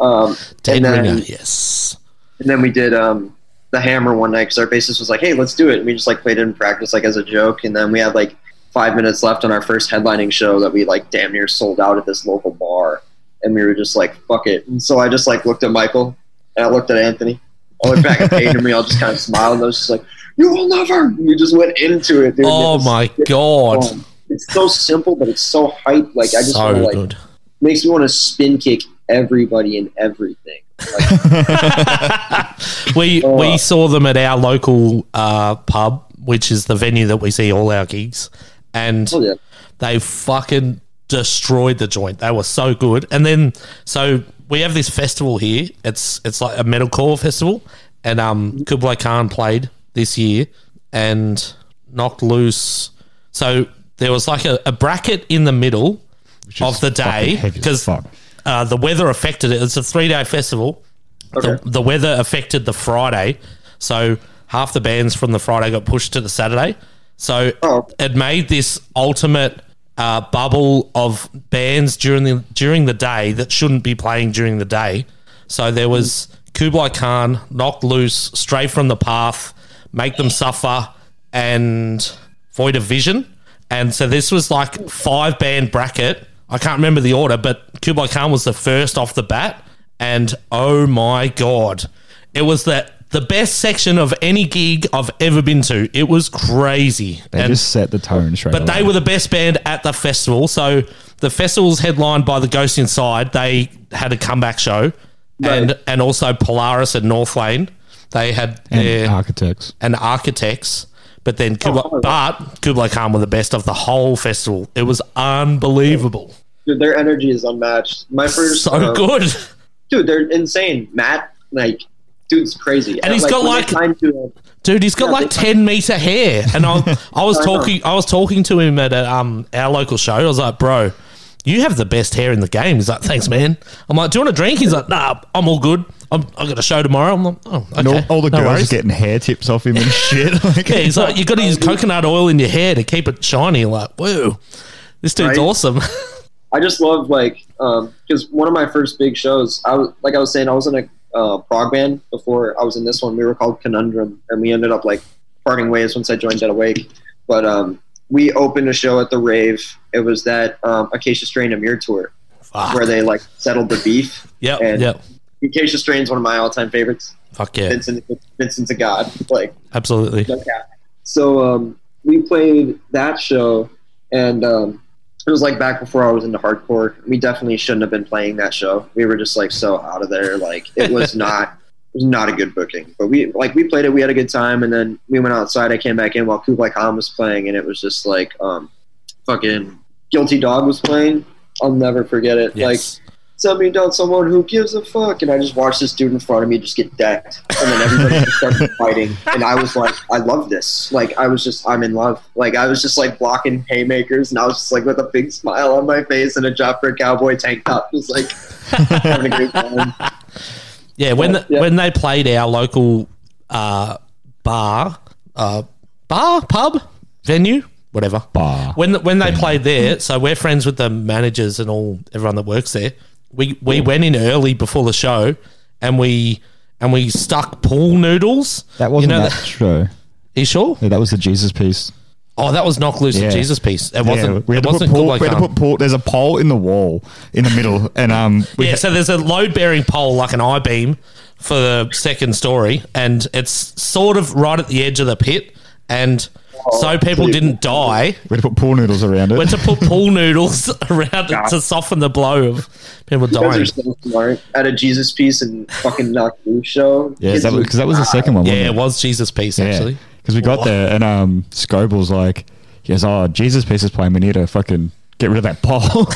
Speaker 3: um,
Speaker 1: Dead
Speaker 3: and then
Speaker 1: Ringer, yes.
Speaker 3: and then we did um, the hammer one night because our bassist was like, "Hey, let's do it." And we just like played it in practice like as a joke, and then we had like five minutes left on our first headlining show that we like damn near sold out at this local bar, and we were just like, "Fuck it." And so I just like looked at Michael and I looked at Anthony. I looked back at Peyton and we all just kind of smiled. And I was just like, "You will never." And we just went into it, dude.
Speaker 1: Oh
Speaker 3: It's-
Speaker 1: my
Speaker 3: it's
Speaker 1: god,
Speaker 3: fun. It's so simple, but it's so hype. Like I just
Speaker 1: so
Speaker 3: wanna, like
Speaker 1: good.
Speaker 3: makes me want to spin kick everybody and everything.
Speaker 1: we
Speaker 3: Oh,
Speaker 1: we
Speaker 3: uh,
Speaker 1: saw them at our local uh, pub, which is the venue that we see all our gigs, and
Speaker 3: Oh, yeah.
Speaker 1: they fucking destroyed the joint. They were so good. And then so we have this festival here. It's it's like a metalcore festival, and um, Kublai Khan played this year and knocked loose. So there was like a, a bracket in the middle
Speaker 2: Which
Speaker 1: of
Speaker 2: is
Speaker 1: the
Speaker 2: fucking
Speaker 1: day
Speaker 2: heavy as
Speaker 1: because
Speaker 2: fuck.
Speaker 1: uh, the weather affected it. It's a three day festival.
Speaker 3: Okay.
Speaker 1: The, the weather affected the Friday, so half the bands from the Friday got pushed to the Saturday. So
Speaker 3: Oh.
Speaker 1: it made this ultimate uh, bubble of bands during the during the day that shouldn't be playing during the day. So there was Kublai Khan, Knock Loose, Stray from the Path, Make Them Suffer, and Void of Vision. And so this was like five band bracket. I can't remember the order, but Kublai Khan was the first off the bat. And oh my god, it was the the best section of any gig I've ever been to. It was crazy.
Speaker 2: They
Speaker 1: And-
Speaker 2: just set the tone straight
Speaker 1: but
Speaker 2: away.
Speaker 1: they were the best band at the festival. So the festival's headlined by the Ghost Inside. They had a comeback show, and
Speaker 3: Right.
Speaker 1: and also Polaris and Northlane. They had
Speaker 2: and
Speaker 1: their
Speaker 2: architects.
Speaker 1: and Architects. But then Kubla,
Speaker 3: Oh,
Speaker 1: but Kublai Khan were the best of the whole festival. It was unbelievable.
Speaker 3: Dude, their energy is unmatched. My first,
Speaker 1: So
Speaker 3: uh,
Speaker 1: good.
Speaker 3: dude, they're insane. Matt, like, dude's crazy,
Speaker 1: And he's
Speaker 3: he's
Speaker 1: got, like-
Speaker 3: to, uh,
Speaker 1: Dude, he's got
Speaker 3: Yeah,
Speaker 1: like
Speaker 3: but-
Speaker 1: ten meter hair, and I, I was
Speaker 3: I know.
Speaker 1: talking, I was talking to him at a, um our local show. I was like, "Bro, you have the best hair in the game." He's like, "Thanks, man." I'm like, "Do you want a drink?" He's like, "Nah, I'm all good. I'm, I got a show tomorrow." I'm like, "Oh, okay."
Speaker 2: And all, all the
Speaker 1: no
Speaker 2: girls
Speaker 1: worries."
Speaker 2: getting hair tips off him and shit. Like,
Speaker 1: yeah, he's like, "You got to use coconut oil in your hair to keep it shiny." Like, whoa, this dude's
Speaker 3: Right?
Speaker 1: awesome.
Speaker 3: I just love like because one of my first big shows. I was like I was saying I was in a uh, prog band before I was in this one. We were called Conundrum, and we ended up like parting ways once I joined Dead Awake. But um, we opened a show at the rave. It was that um, Acacia Strain Amir tour
Speaker 1: Fuck.
Speaker 3: where they like settled the beef.
Speaker 1: Yep,
Speaker 3: And-
Speaker 1: yep.
Speaker 3: Acacia Strain's one of my all-time favorites.
Speaker 1: Fuck yeah,
Speaker 3: Vincent, Vincent's a god. Like
Speaker 1: absolutely.
Speaker 3: Okay. So um, we played that show, and um, it was like back before I was into hardcore. We definitely shouldn't have been playing that show. We were just like so out of there. Like it was not. It was not a good booking, but we like we played it. We had a good time, and then we went outside. I came back in while Kublai Khan was playing, and it was just like, um, fucking Guilty Dog was playing. I'll never forget it. Like
Speaker 1: Yes.
Speaker 3: send me down someone who gives a fuck. And I just watched this dude in front of me just get decked. And then everybody just started fighting. And I was like, I love this. Like, I was just, I'm in love. Like, I was just like blocking haymakers. And I was just like with a big smile on my face and a job for a cowboy tank top. Just like having a great time.
Speaker 1: Yeah, when
Speaker 3: Yeah, yeah.
Speaker 1: when they played our local uh, bar, uh, bar, pub, venue, whatever.
Speaker 2: Bar.
Speaker 1: When when they played there, so we're friends with the managers and all everyone that works there. We we went in early before the show, and we and we stuck pool noodles.
Speaker 2: that wasn't
Speaker 1: you know
Speaker 2: that, show.
Speaker 1: Are you sure?
Speaker 2: Yeah, that was the Jesus piece.
Speaker 1: Oh, that was knock loose
Speaker 2: Yeah.
Speaker 1: and Jesus piece. It wasn't.
Speaker 2: yeah, we had,
Speaker 1: it
Speaker 2: to
Speaker 1: wasn't
Speaker 2: put,
Speaker 1: um,
Speaker 2: Paul,
Speaker 1: Kublai
Speaker 2: we had to
Speaker 1: Khan.
Speaker 2: put Paul. There's a pole in the wall in the middle, and um, we
Speaker 1: yeah, so there's a load bearing pole, like an I beam, for the second story, and it's sort of right at the edge of the pit. And
Speaker 3: Oh,
Speaker 1: so people didn't die.
Speaker 2: We had to put pool noodles around it.
Speaker 1: Went to put pool noodles around it to soften the blow of people
Speaker 3: You guys
Speaker 1: dying.
Speaker 3: are so smart. At a Jesus piece and fucking knock loose show.
Speaker 2: yeah, is that because that was the second one.
Speaker 1: Yeah,
Speaker 2: wasn't
Speaker 1: it
Speaker 2: it?
Speaker 1: was Jesus' piece actually.
Speaker 2: because we got there and um, Scoble's like, he goes, "Oh, Jesus piece is playing. We need to fucking get rid of that pole."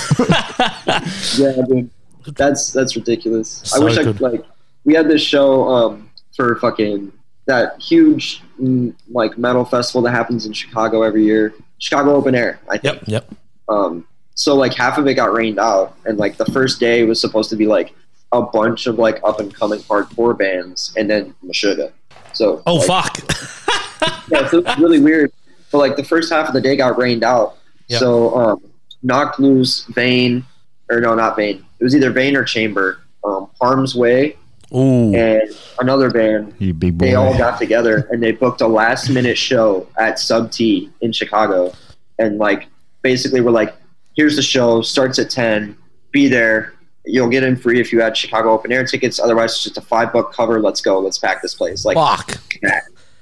Speaker 3: Yeah, dude. That's that's ridiculous.
Speaker 1: So
Speaker 3: I wish I
Speaker 1: good.
Speaker 3: could like we had this show um for fucking that huge mm, like metal festival that happens in Chicago every year. Chicago Open Air, I think.
Speaker 1: Yep, yep.
Speaker 3: Um so like half of it got rained out and like the first day was supposed to be like a bunch of like up and coming hardcore bands and then Meshuggah. So
Speaker 1: Oh
Speaker 3: like,
Speaker 1: fuck!
Speaker 3: yeah, so it's really weird. But like the first half of the day got rained out.
Speaker 1: Yeah.
Speaker 3: So um, knocked loose Vane, or no, not Vane. It was either Vane or Chamber, um, Harm's Way,
Speaker 1: Ooh,
Speaker 3: and another band.
Speaker 2: you big boy.
Speaker 3: They all got together and they booked a last minute show at Sub T in Chicago, and like basically we're like, here's the show starts at ten. Be there. You'll get in free if you had Chicago open air tickets. Otherwise, it's just a five buck cover. Let's go. Let's pack this place. Like
Speaker 1: fuck!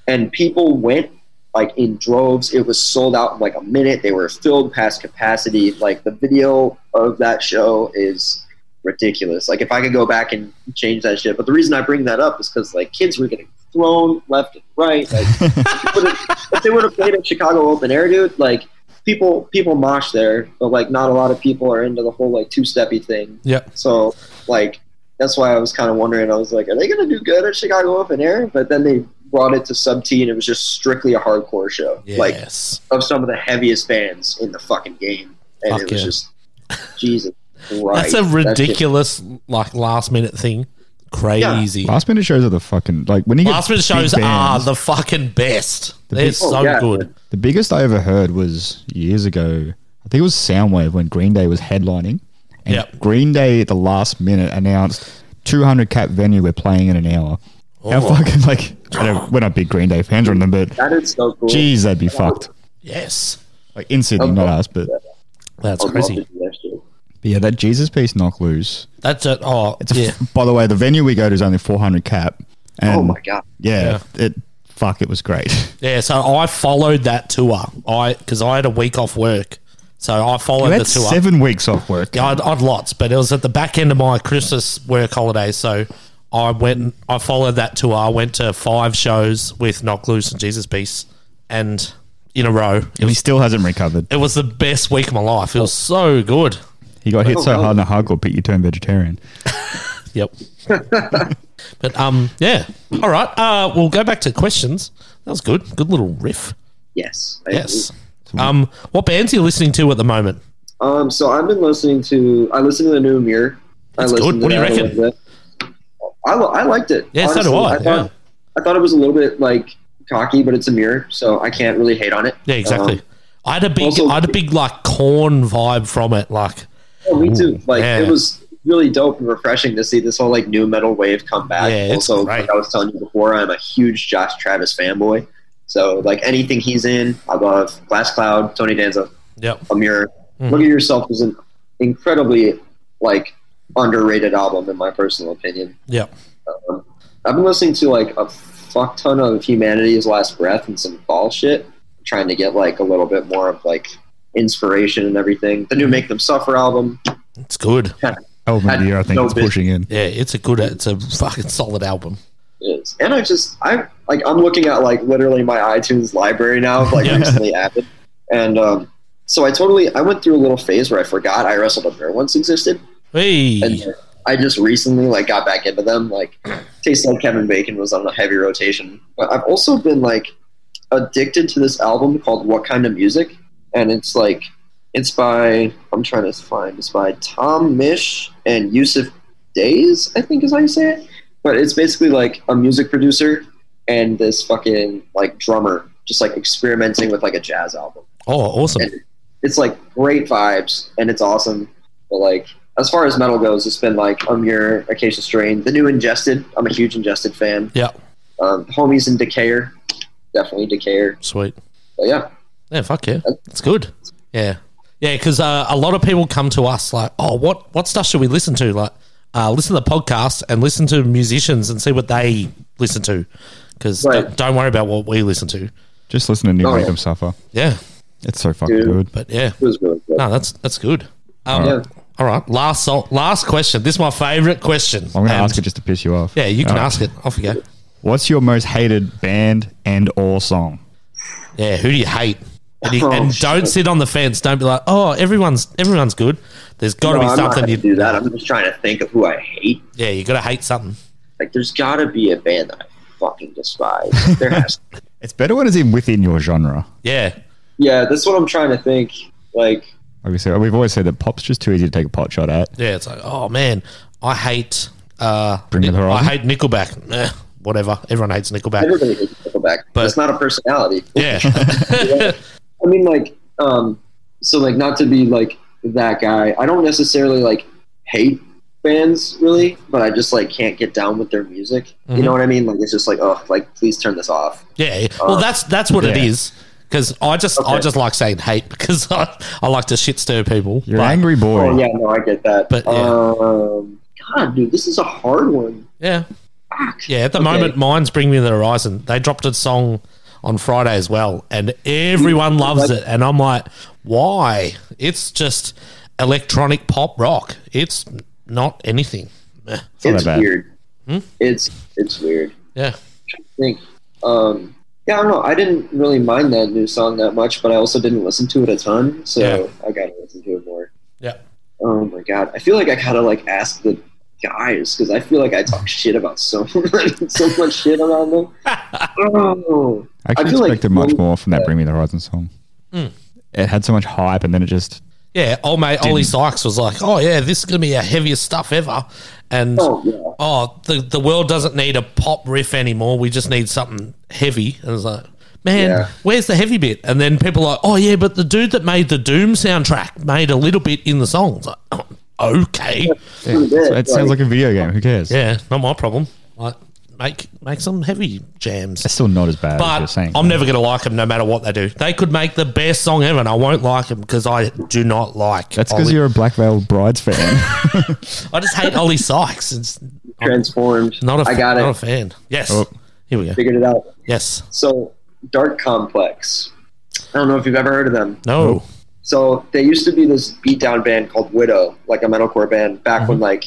Speaker 3: and people went like in droves. It was sold out in like a minute. They were filled past capacity. Like the video of that show is ridiculous. Like if I could go back and change that shit, but the reason I bring that up is because like kids were getting thrown left and right. Like if they would've- if they would have played at Chicago Open Air, dude, like people people mosh there, but like not a lot of people are into the whole like two steppy thing.
Speaker 1: Yep.
Speaker 3: So like that's why I was kind of wondering. I was like, are they gonna do good at Chicago Open Air? But then they brought it to sub T, and it was just strictly a hardcore show, like
Speaker 1: Yes.
Speaker 3: of some of the heaviest bands in the fucking game, and
Speaker 1: Fuck
Speaker 3: it was
Speaker 1: yeah.
Speaker 3: just Jesus Christ.
Speaker 1: That's a
Speaker 3: That shit-
Speaker 1: ridiculous like last minute thing. Crazy.
Speaker 2: Last minute shows are the fucking like when you get
Speaker 1: Last minute
Speaker 2: big
Speaker 1: shows are
Speaker 2: bands,
Speaker 1: the fucking best. They're
Speaker 2: big-
Speaker 1: so
Speaker 3: Oh, yeah.
Speaker 1: good.
Speaker 2: The biggest I ever heard was years ago. I think it was Soundwave when Green Day was headlining. And
Speaker 1: Yep.
Speaker 2: Green Day at the last minute announced 200 cap venue we're playing in an hour. How
Speaker 1: Oh.
Speaker 2: fucking like I don't, we're not big Green Day fans or them, but
Speaker 3: That is so cool.
Speaker 2: geez, they'd be fucked.
Speaker 1: Yes.
Speaker 2: Like in
Speaker 3: Um,
Speaker 2: Sydney, not us, but, but
Speaker 1: That's
Speaker 3: I would love to
Speaker 1: crazy.
Speaker 3: do that shit.
Speaker 2: yeah, that Jesus piece knock loose.
Speaker 1: That's a oh
Speaker 2: It's a,
Speaker 1: yeah.
Speaker 2: By the way, the venue we go to is only 400 cap. And
Speaker 3: Oh my god.
Speaker 2: Yeah, it fuck, it was great.
Speaker 1: Yeah, so I followed that tour. I because I had a week off work, so I followed
Speaker 2: We
Speaker 1: the
Speaker 2: had
Speaker 1: tour.
Speaker 2: seven weeks off work.
Speaker 1: Yeah, I'd, I'd lots, but it was at the back end of my Christmas work holiday, so I went. and- I followed that tour. I went to five shows with Knock Loose and Jesus Peace, and in a row. It
Speaker 2: He
Speaker 1: was,
Speaker 2: still hasn't recovered.
Speaker 1: it was the best week of my life. It was so good.
Speaker 2: He got hit so
Speaker 3: wow.
Speaker 2: hard in the hardcore pit, you turned vegetarian.
Speaker 1: Yep. but um, yeah. All right. Uh, we'll go back to questions. That was good. Good little riff.
Speaker 3: Yes. I
Speaker 1: Yes. Um, what bands are you listening to at the moment?
Speaker 3: Um, so I've been listening to I listened to the new Mirror. I
Speaker 1: good.
Speaker 3: listened
Speaker 1: What do you
Speaker 3: to that a
Speaker 1: reckon?
Speaker 3: little bit. I, li- I liked it.
Speaker 1: Yeah, so do
Speaker 3: honestly.
Speaker 1: I,
Speaker 3: thought,
Speaker 1: yeah.
Speaker 3: I thought it was a little bit like cocky, but it's a mirror, so I can't really hate on it.
Speaker 1: Yeah, exactly.
Speaker 3: Um,
Speaker 1: I had a big,
Speaker 3: also-
Speaker 1: I had a big like corn vibe from it. Like,
Speaker 3: yeah, me too. Like
Speaker 1: yeah.
Speaker 3: it was really dope and refreshing to see this whole like new metal wave come back.
Speaker 1: Yeah, it's
Speaker 3: also,
Speaker 1: great.
Speaker 3: like I was telling you before, I'm a huge Josh Travis fanboy. So like anything he's in, I love Glass Cloud, Tony Danza,
Speaker 1: yep.
Speaker 3: a mirror.
Speaker 1: Mhm.
Speaker 3: Look at yourself is an incredibly like underrated album in my personal opinion.
Speaker 1: Yep.
Speaker 3: Um, I've been listening to like a fuck ton of Humanity's Last Breath and some ball shit, trying to get like a little bit more of like inspiration and everything. The new Make Them Suffer album.
Speaker 1: It's good.
Speaker 2: Album of
Speaker 3: Had
Speaker 2: the year, I think
Speaker 3: no
Speaker 2: it's
Speaker 3: bit.
Speaker 2: pushing in.
Speaker 1: Yeah, it's a good. It's a fucking solid album.
Speaker 3: is. And I just I like I'm looking at like literally my iTunes library now of like
Speaker 1: Yeah.
Speaker 3: recently added, and um, so I totally I went through a little phase where I forgot I wrestled a bear once existed, and uh,
Speaker 1: Hey,
Speaker 3: I just recently like got back into them. Like Taste Like Kevin Bacon was on a heavy rotation, but I've also been like addicted to this album called What Kind of Music, and it's like it's by I'm trying to find it's by Tom Mish and Yusuf Days, I think is how you say it. But it's basically like a music producer and this fucking like drummer just like experimenting with like a jazz album
Speaker 1: oh, awesome.
Speaker 3: it's like great vibes and it's awesome. But like as far as metal goes, it's been like I'm your Acacia Strain, the new Ingested. I'm a huge Ingested fan.
Speaker 1: Yeah,
Speaker 3: Um, homies and Decayer, definitely Decayer.
Speaker 1: sweet.
Speaker 3: But yeah,
Speaker 1: Yeah, fuck yeah,
Speaker 3: Uh,
Speaker 1: it's good. Yeah, yeah, because uh, a lot of people come to us like, oh, what what stuff should we listen to? Like, uh, listen to the podcast and listen to musicians and see what they listen to. Because
Speaker 3: Right.
Speaker 1: don't, don't worry about what we listen to.
Speaker 2: Just listen to New
Speaker 3: Oh,
Speaker 2: Make
Speaker 3: yeah.
Speaker 2: Them Suffer.
Speaker 1: Yeah,
Speaker 2: It's so fucking
Speaker 3: Dude.
Speaker 2: good.
Speaker 1: but yeah,
Speaker 3: it was really good.
Speaker 1: no, that's that's good. Um,
Speaker 3: Yeah.
Speaker 1: All right, last so- last question. This is my favorite question.
Speaker 2: I'm going to
Speaker 1: And-
Speaker 2: ask it just to piss you off.
Speaker 1: Yeah, you can
Speaker 2: All right.
Speaker 1: ask it. Off you go.
Speaker 2: What's your most hated band and or song?
Speaker 1: Yeah, who do you hate? And, you-
Speaker 3: Oh,
Speaker 1: and don't
Speaker 3: shit.
Speaker 1: sit on the fence. Don't be like, oh, everyone's everyone's good. There's got to
Speaker 3: No,
Speaker 1: be
Speaker 3: I'm not
Speaker 1: something
Speaker 3: gonna
Speaker 1: you
Speaker 3: do that. I'm just trying to think of who I hate.
Speaker 1: Yeah, you got to hate something.
Speaker 3: Like there's got to be a band that I fucking despise. There has. To. be.
Speaker 2: It's better when it's in within your genre.
Speaker 1: Yeah,
Speaker 3: Yeah, that's what I'm trying to think. Like
Speaker 2: Like we said, we've always said that pop's just too easy to take a pot shot at.
Speaker 1: yeah. It's like, oh man, I hate. Uh,
Speaker 2: Bring It
Speaker 1: Nic- I
Speaker 2: Horizon?
Speaker 1: hate Nickelback. Eh, whatever. Everyone hates Nickelback.
Speaker 3: everybody hates Nickelback.
Speaker 1: But-
Speaker 3: But it's not a personality.
Speaker 1: Yeah,
Speaker 3: I mean, like, um, so like, not to be like that guy. I don't necessarily like hate bands really, but I just like can't get down with their music.
Speaker 1: Mhm.
Speaker 3: You know what I mean? Like, it's just like, oh, like please turn this off.
Speaker 1: yeah. Well, that's that's what it
Speaker 2: Yeah.
Speaker 1: is. Because I just I
Speaker 3: Okay.
Speaker 1: just like saying hate because I, I like to shit stir people.
Speaker 2: You're
Speaker 1: But,
Speaker 2: an angry boy.
Speaker 3: Oh yeah, no, I get that.
Speaker 1: But, yeah.
Speaker 3: um, God, dude, this is a hard one.
Speaker 1: Yeah.
Speaker 3: Fuck.
Speaker 1: Yeah, at the
Speaker 3: Okay.
Speaker 1: moment, mine's Bring Me the Horizon. They dropped a song on Friday as well, and
Speaker 3: Mm.
Speaker 1: everyone loves it. And I'm like, why? It's just electronic pop rock. It's not anything. Eh,
Speaker 2: It's not
Speaker 3: it's
Speaker 2: that bad.
Speaker 3: weird. It's it's weird.
Speaker 1: Yeah.
Speaker 3: think. Um, yeah, I don't know. I didn't really mind that new song that much, but I also didn't listen to it a ton, so
Speaker 1: Yeah.
Speaker 3: I gotta listen to it more.
Speaker 1: Yeah.
Speaker 3: Oh my god, I feel like I gotta like ask the guys because I feel like I talk shit about so much, so much shit around them. oh,
Speaker 2: I actually
Speaker 3: feel like
Speaker 2: expected much
Speaker 3: when-
Speaker 2: more from that Bring Me the Horizon song.
Speaker 1: Mm.
Speaker 2: It had so much hype, and then it just
Speaker 1: Yeah, old mate Ollie Sykes was like, "Oh yeah, this is gonna be our heaviest stuff ever," and
Speaker 3: Oh,
Speaker 1: oh,
Speaker 3: yeah.
Speaker 1: the the world doesn't need a pop riff anymore. We just need something heavy. And it's like, man,
Speaker 3: Yeah.
Speaker 1: where's the heavy bit? And then people are like, "Oh yeah, but the dude that made the Doom soundtrack made a little bit in the songs." Like, oh, okay,
Speaker 2: so
Speaker 3: pretty good,
Speaker 2: it sounds like a video game. Who cares?
Speaker 1: yeah, not my problem. Like, make make some heavy jams.
Speaker 2: It's still not as bad as
Speaker 1: But
Speaker 2: you're saying.
Speaker 1: I'm never going to like them, no matter what they do. They could make the best song ever, and I won't like them because I do not like.
Speaker 2: That's because
Speaker 1: Ollie.
Speaker 2: you're a Black Veil Brides fan.
Speaker 1: I just hate Ollie Sykes. It's
Speaker 3: transformed.
Speaker 1: not a,
Speaker 3: I
Speaker 1: fa-
Speaker 3: got
Speaker 1: not a
Speaker 3: it.
Speaker 1: fan. Yes.
Speaker 2: Oh.
Speaker 1: Here we go.
Speaker 3: Figured it out.
Speaker 1: Yes.
Speaker 3: So Dark Complex. I don't know if you've ever heard of them.
Speaker 1: No.
Speaker 3: So they used to be this beatdown band called Widow, like a metalcore band, back
Speaker 1: Mm-hmm.
Speaker 3: when like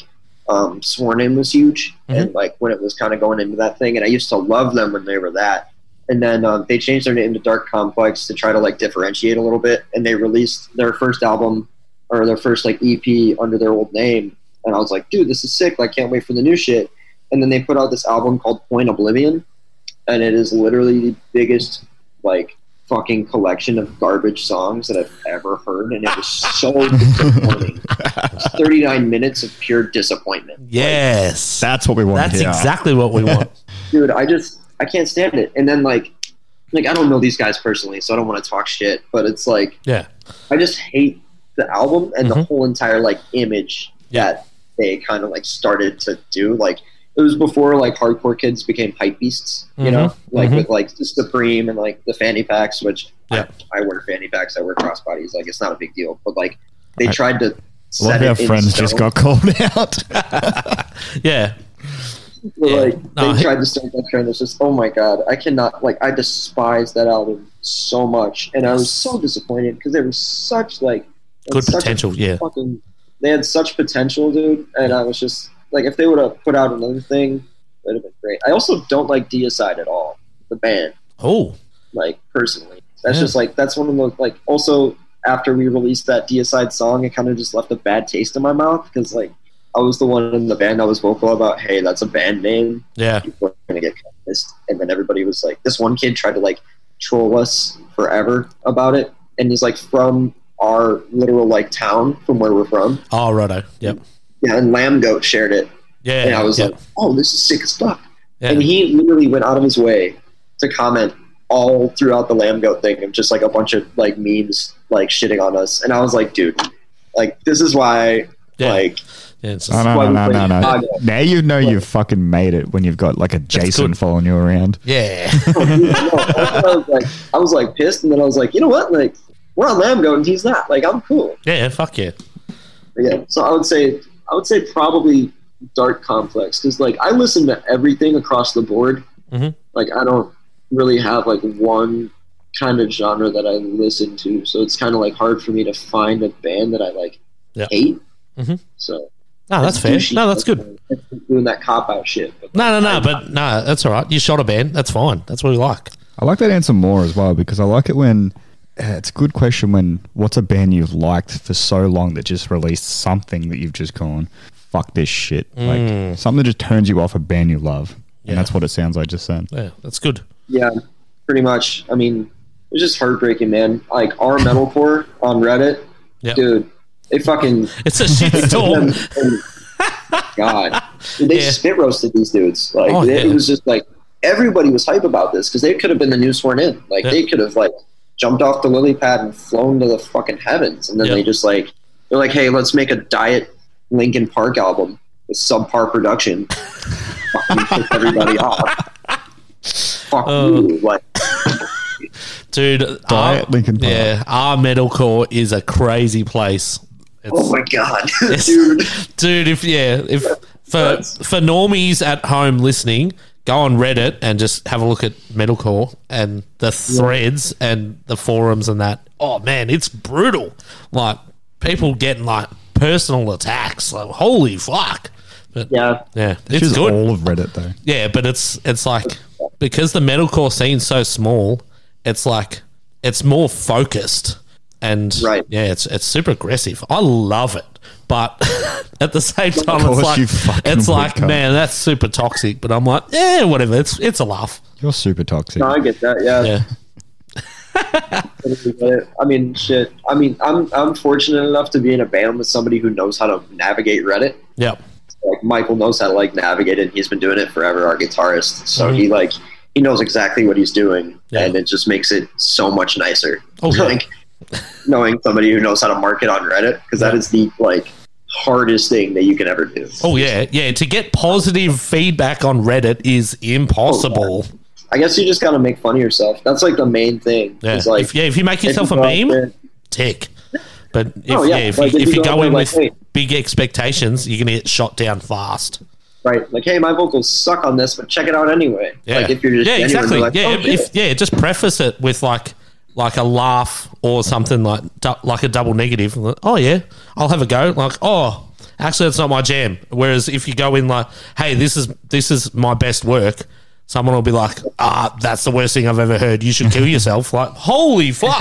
Speaker 3: um, Sworn In was huge, and like when it was kind of going into that thing. And I used to love them when they were that. And then um, they changed their name to Dark Complex to try to like differentiate a little bit. And they released their first album or their first like EP under their old name. And I was like, dude, this is sick! Like, can't wait for the new shit. And then they put out this album called Point Oblivion, and it is literally the biggest like fucking collection of garbage songs that I've ever heard, and it was so disappointing. Thirty nine minutes of pure disappointment,
Speaker 1: Yes.
Speaker 2: That's what we want
Speaker 1: That's
Speaker 2: to hear.
Speaker 1: exactly what we want.
Speaker 3: dude. I just I can't stand it. And then like, like I don't know these guys personally, so I don't want to talk shit. But it's like
Speaker 1: yeah.
Speaker 3: I just hate the album and the
Speaker 1: Mhm.
Speaker 3: whole entire like image
Speaker 1: Yeah.
Speaker 3: that they kind of like started to do. Like it was before like hardcore kids became hype beasts, you know,
Speaker 1: Mhm,
Speaker 3: like
Speaker 1: mhm.
Speaker 3: with like the Supreme and like the fanny packs, which
Speaker 1: Yeah.
Speaker 3: I, I wear fanny packs, I wear crossbodies. Like it's not a big deal, but like they tried to.
Speaker 2: A lot
Speaker 3: Set
Speaker 2: of our
Speaker 3: it in
Speaker 2: friends just
Speaker 3: stone.
Speaker 2: got called out.
Speaker 1: Yeah.
Speaker 3: But, like
Speaker 1: No,
Speaker 3: they
Speaker 1: he-
Speaker 3: tried to start that trend. It's just oh my god, I cannot like I despise that album so much, and I was so disappointed because there was such like it
Speaker 1: Good
Speaker 3: was such a
Speaker 1: potential. Yeah.
Speaker 3: fucking they had such potential, dude. And I was just like, if they would have put out another thing, it would have been great. I also don't like Deicide at all, the band.
Speaker 1: Oh.
Speaker 3: Like personally, that's
Speaker 1: Yeah.
Speaker 3: just like that's one of the like. Also, after we released that Deicide song, it kind of just left a bad taste in my mouth because like I was the one in the band that was vocal about, hey, that's a band name.
Speaker 1: Yeah.
Speaker 3: People are gonna get pissed. And then everybody was like, this one kid tried to like troll us forever about it, and he's like from our literal like town from where we're from
Speaker 1: Oh, righto. Yep.
Speaker 3: yeah, and Lamb Goat shared it,
Speaker 1: Yeah.
Speaker 3: and I was
Speaker 1: yeah.
Speaker 3: like, "Oh, this is sick as fuck!"
Speaker 1: yeah.
Speaker 3: And he literally went out of his way to comment all throughout the Lamb Goat thing of just like a bunch of like memes, like shitting on us, and I was like, "Dude, like this is why,
Speaker 1: yeah.
Speaker 3: like,
Speaker 1: yeah, it's
Speaker 2: No,
Speaker 1: just-
Speaker 2: no, no, no, no, no.
Speaker 3: Chicago.
Speaker 2: Now you know you've fucking made it when you've got like a Jason
Speaker 1: good.
Speaker 2: following you around.
Speaker 1: yeah.
Speaker 3: oh, dude, no." I was like, I was like pissed, and then I was like, you know what, like." We're on Lamb Goat and he's not. Like I'm cool.
Speaker 1: Yeah. Fuck yeah.
Speaker 3: But yeah. So I would say I would say probably Dark Complex because like I listen to everything across the board.
Speaker 1: Mhm.
Speaker 3: Like I don't really have like one kind of genre that I listen to, so it's kind of like hard for me to find a band that I like
Speaker 1: Yeah.
Speaker 3: hate.
Speaker 1: Mhm.
Speaker 3: So
Speaker 1: No, that's fair.
Speaker 3: douchey.
Speaker 1: No, that's good.
Speaker 3: Doing that cop out shit. But
Speaker 1: No, no, no. But no, that's all right. You shot a band. That's fine. That's what we like.
Speaker 2: I like that answer more as well because I like it when uh, it's a good question when what's a band you've liked for so long that just released something that you've just gone, fuck this shit. Like something that just turns you off a band you love.
Speaker 1: Mm. Yeah.
Speaker 2: And that's what it sounds like just then.
Speaker 1: Yeah. That's good.
Speaker 3: Yeah, pretty much. I mean, it's just heartbreaking, man. Like our metalcore on Reddit,
Speaker 1: Yeah.
Speaker 3: dude. They fucking
Speaker 1: It's a shitstorm.
Speaker 3: God, Dude, they
Speaker 1: Yeah.
Speaker 3: spit roasted these dudes. Like
Speaker 1: Oh,
Speaker 3: it
Speaker 1: yeah.
Speaker 3: was just like everybody was hype about this because they could have been the new sworn in. Like
Speaker 1: Yeah.
Speaker 3: they could have like jumped off the lily pad and flown to the fucking heavens, and then
Speaker 1: Yeah.
Speaker 3: they just like they're like, hey, let's make a diet Linkin Park album with subpar production. Fucking piss everybody off. Fuck
Speaker 1: Oh.
Speaker 3: you. Like
Speaker 1: Dude,
Speaker 2: Diet
Speaker 1: our-
Speaker 2: Linkin Park.
Speaker 1: Yeah, our metalcore is a crazy place. It's,
Speaker 3: oh my god,
Speaker 1: it's-
Speaker 3: dude.
Speaker 1: dude, if yeah, if for
Speaker 3: That's-
Speaker 1: for normies at home listening, go on Reddit and just have a look at metalcore and the threads and the forums and that. Oh man, it's brutal. Like people getting like personal attacks. Like holy fuck. But yeah,
Speaker 3: Yeah.
Speaker 2: It's
Speaker 1: it's good.
Speaker 2: all of Reddit though.
Speaker 1: Yeah, but it's it's like because the metalcore scene's so small, it's like it's more focused and
Speaker 3: Right.
Speaker 1: yeah, it's it's super aggressive. I love it. But at the same time,
Speaker 2: course
Speaker 1: it's like
Speaker 2: you fucking
Speaker 1: it's
Speaker 2: would,
Speaker 1: like
Speaker 2: cunt.
Speaker 1: man, that's super toxic. But I'm like, yeah, whatever. It's it's a laugh.
Speaker 2: You're super toxic.
Speaker 3: No, I get that. Yeah.
Speaker 1: Yeah,
Speaker 3: totally get it. I mean, shit. I mean, I'm I'm fortunate enough to be in a band with somebody who knows how to navigate Reddit.
Speaker 1: yeah.
Speaker 3: Like Michael knows how to like navigate it. He's been doing it forever. Our guitarist, so
Speaker 1: Mhm.
Speaker 3: he like he knows exactly what he's doing,
Speaker 1: Yeah.
Speaker 3: and it just makes it so much nicer.
Speaker 1: Oh, yeah.
Speaker 3: like knowing somebody who knows how to market on Reddit because that
Speaker 1: Yeah.
Speaker 3: is the like hardest thing that you can ever do.
Speaker 1: Oh yeah, yeah. To get positive feedback on Reddit is
Speaker 2: Oh,
Speaker 1: impossible.
Speaker 3: I guess you just gotta make fun of yourself. That's like the main thing.
Speaker 1: yeah.
Speaker 3: It's like
Speaker 1: if, yeah, if you make
Speaker 3: if
Speaker 1: yourself
Speaker 3: you
Speaker 1: a
Speaker 3: go out there-
Speaker 1: meme, tick. But if,
Speaker 3: Oh,
Speaker 1: yeah.
Speaker 3: yeah,
Speaker 1: if,
Speaker 3: like,
Speaker 1: you,
Speaker 3: if
Speaker 1: if
Speaker 3: you
Speaker 1: you
Speaker 3: go
Speaker 1: go
Speaker 3: in
Speaker 1: in
Speaker 3: like,
Speaker 1: with
Speaker 3: hey.
Speaker 1: big expectations, you're gonna get shot down fast.
Speaker 3: right? Like, hey, my vocals suck on this, but check it out anyway.
Speaker 1: Yeah,
Speaker 3: Like, if you're just
Speaker 1: yeah,
Speaker 3: genuine,
Speaker 1: exactly.
Speaker 3: like,
Speaker 1: yeah,
Speaker 3: oh,
Speaker 1: if,
Speaker 3: shit.
Speaker 1: if- yeah, just preface it with like like a laugh or something like du- like a double negative. Like, oh yeah, I'll have a go. Like oh, actually, that's not my jam. Whereas if you go in like, hey, this is this is my best work. Someone will be like, ah, that's the worst thing I've ever heard. You should kill yourself. Like, holy fuck!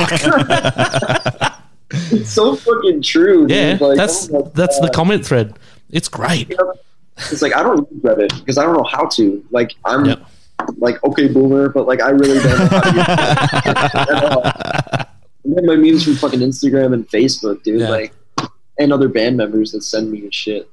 Speaker 3: it's so fucking true. dude.
Speaker 1: yeah,
Speaker 3: like,
Speaker 1: that's
Speaker 3: oh my
Speaker 1: that's the
Speaker 3: God.
Speaker 1: comment thread. It's great.
Speaker 3: It's like I don't use Reddit because I don't know how to. Like, I'm
Speaker 1: Yep.
Speaker 3: like okay boomer, but like I really don't know how to. Use it. I get my memes from fucking Instagram and Facebook, dude.
Speaker 1: Yeah. Mm.
Speaker 3: Like, and other band members that send me shit.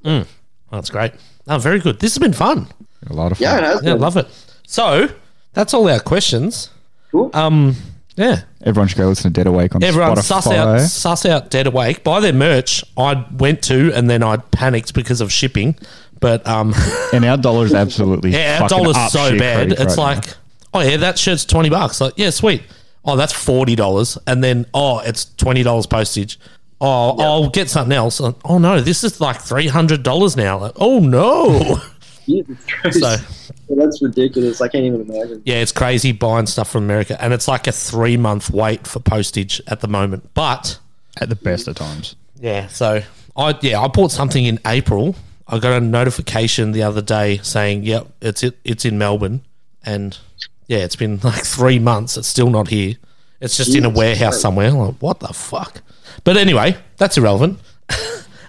Speaker 1: That's great. Oh, very good. This has been fun.
Speaker 2: A lot of fun.
Speaker 3: Yeah, it has
Speaker 1: Yeah,
Speaker 3: been.
Speaker 1: love it. So that's all our questions.
Speaker 3: Cool.
Speaker 1: Um, yeah.
Speaker 2: Everyone should go listen to Dead Awake on
Speaker 1: Everyone
Speaker 2: Spotify.
Speaker 1: suss out, suss out Dead Awake. Buy their merch. I went to and then I panicked because of shipping. But um,
Speaker 2: And our dollar's absolutely
Speaker 1: yeah, our
Speaker 2: fucking
Speaker 1: dollar's
Speaker 2: up
Speaker 1: so
Speaker 2: shit
Speaker 1: bad.
Speaker 2: creek
Speaker 1: It's
Speaker 2: right
Speaker 1: like, oh yeah, that shirt's twenty bucks. Like, yeah, sweet. Oh, that's forty dollars, and then oh, it's twenty dollars postage. Oh, I'll get something else. And, Oh no, this is like three hundred dollars now. Like, oh no.
Speaker 3: Jesus Christ,
Speaker 1: so
Speaker 3: that's ridiculous. I can't even imagine.
Speaker 1: yeah, it's crazy buying stuff from America, and it's like a three month wait for postage at the moment. But
Speaker 2: now. at the best of times.
Speaker 1: Yeah. So I yeah I bought something in April. I got a notification the other day saying, "Yep, it's it, it's in Melbourne," and yeah, it's been like three months. It's still not here. It's just in a
Speaker 3: Jesus
Speaker 1: warehouse
Speaker 3: Christ.
Speaker 1: somewhere. Like, what the fuck? But anyway, that's irrelevant.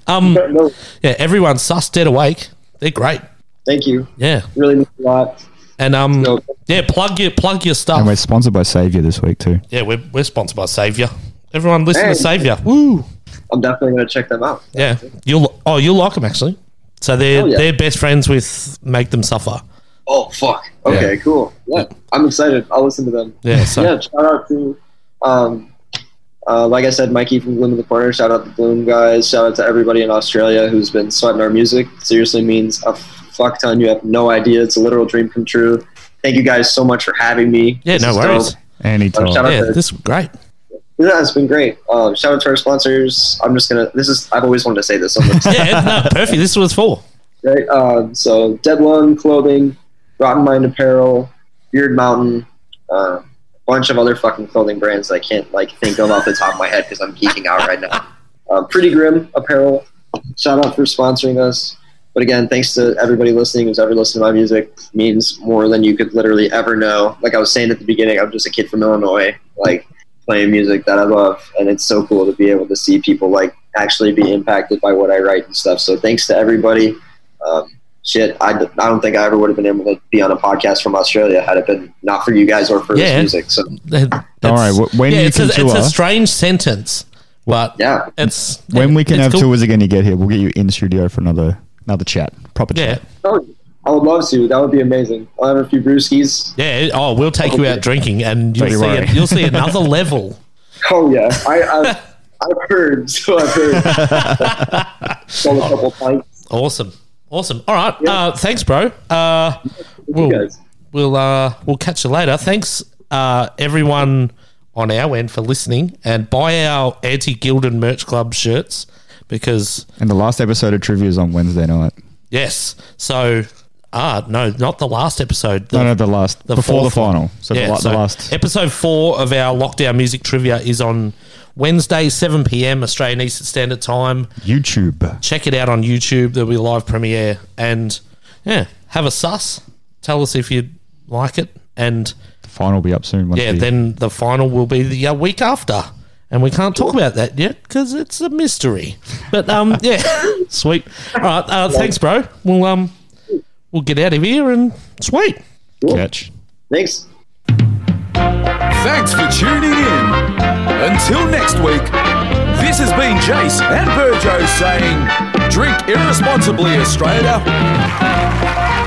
Speaker 1: um,
Speaker 3: No,
Speaker 1: yeah, everyone's sus dead awake. They're great.
Speaker 3: thank you.
Speaker 1: Yeah,
Speaker 3: Really means a lot.
Speaker 1: and um,
Speaker 3: So-
Speaker 1: yeah, plug your plug your stuff.
Speaker 2: And we're sponsored by Savior this week too.
Speaker 1: yeah, we're we're sponsored by Savior. Everyone, listen
Speaker 3: Hey.
Speaker 1: to Savior. Woo!
Speaker 3: I'm definitely gonna check them out.
Speaker 1: Yeah, you'll oh you'll like them actually. So they're
Speaker 3: Oh, yeah.
Speaker 1: they're best friends with Make Them Suffer.
Speaker 3: Oh fuck. Okay, cool. Yeah, I'm excited. I'll listen to them.
Speaker 1: Yeah, so
Speaker 3: Yeah, shout out to, um, uh, like I said, Mikey from Bloom in the Corner. Shout out to Bloom guys. Shout out to everybody in Australia who's been sweating our music. Seriously means a fuck ton. You have no idea. It's a literal dream come true. Thank you guys so much for having me.
Speaker 1: yeah,
Speaker 3: This
Speaker 1: no
Speaker 3: is
Speaker 1: worries.
Speaker 3: dope.
Speaker 2: Anytime.
Speaker 3: Um, shout out
Speaker 1: Yeah,
Speaker 3: to-
Speaker 1: this was great.
Speaker 3: Yeah, it's been great. Um, shout out to our sponsors. I'm just gonna. This is. I've always wanted to say this. So I'm gonna say
Speaker 1: Yeah, no, perfect. This was for.
Speaker 3: it, right. Um, so Dead Lung Clothing, Rotten Mind Apparel, Beard Mountain. Uh, bunch of other fucking clothing brands that I can't like think of off the top of my head because I'm geeking out right now. Um, Pretty Grim Apparel, shout out for sponsoring us. But again, thanks to everybody listening who's ever listened to my music. It means more than you could literally ever know. Like I was saying at the beginning, I'm just a kid from Illinois, like playing music that I love, and it's so cool to be able to see people like actually be impacted by what I write and stuff. So thanks to everybody. Um, shit, I, d- I don't think I ever would have been able to be on a podcast from Australia had it been not for you guys or for this
Speaker 1: Yeah.
Speaker 3: music. So
Speaker 1: That's-
Speaker 2: Don't worry, wh- when
Speaker 1: yeah,
Speaker 2: you
Speaker 1: it's,
Speaker 2: can
Speaker 1: a, it's
Speaker 2: tour-
Speaker 1: a strange sentence, but
Speaker 3: yeah,
Speaker 1: it's
Speaker 2: when we can
Speaker 1: it's
Speaker 2: have
Speaker 1: cool.
Speaker 2: tours again, you get here. We'll get you in studio for another another chat, proper
Speaker 1: Yeah,
Speaker 2: chat.
Speaker 3: Oh, I would love to. That would be amazing. I'll have a few brewskis.
Speaker 1: yeah. Oh, we'll take you out drinking, and you'll
Speaker 2: Don't you
Speaker 1: see
Speaker 2: worry.
Speaker 1: it, you'll see another level.
Speaker 3: Oh yeah, I, I've, I've heard. So I've heard. Stole a couple pints.
Speaker 1: Awesome, awesome. All right, uh, thanks, bro. Uh,
Speaker 3: You
Speaker 1: we'll
Speaker 3: guys.
Speaker 1: we'll uh, we'll catch you later. Thanks, uh, everyone on our end for listening, and buy our anti Gildan merch club shirts because
Speaker 2: And the last episode of trivia is on Wednesday night.
Speaker 1: Yes. So, ah, no, not the last episode. The,
Speaker 2: No, no, the last before the
Speaker 1: fourth one.
Speaker 2: final. So, the, la-
Speaker 1: so
Speaker 2: the last.
Speaker 1: episode four of our lockdown music trivia is on Wednesday, seven PM Australian Eastern Standard Time.
Speaker 2: YouTube.
Speaker 1: Check it out on YouTube. There'll be a live premiere, and yeah, have a suss. Tell us if you like it, and
Speaker 2: The final will be up soon. Once
Speaker 1: yeah,
Speaker 2: we-
Speaker 1: then the final will be the uh, week after. And we can't talk about that yet because it's a mystery. But um, yeah, sweet. All right, uh, thanks, bro. We'll um, we'll get out of here and sweet.
Speaker 2: Catch.
Speaker 3: Thanks.
Speaker 4: Thanks for tuning in. Until next week, this has been Jace and Virgo saying, drink irresponsibly, Australia.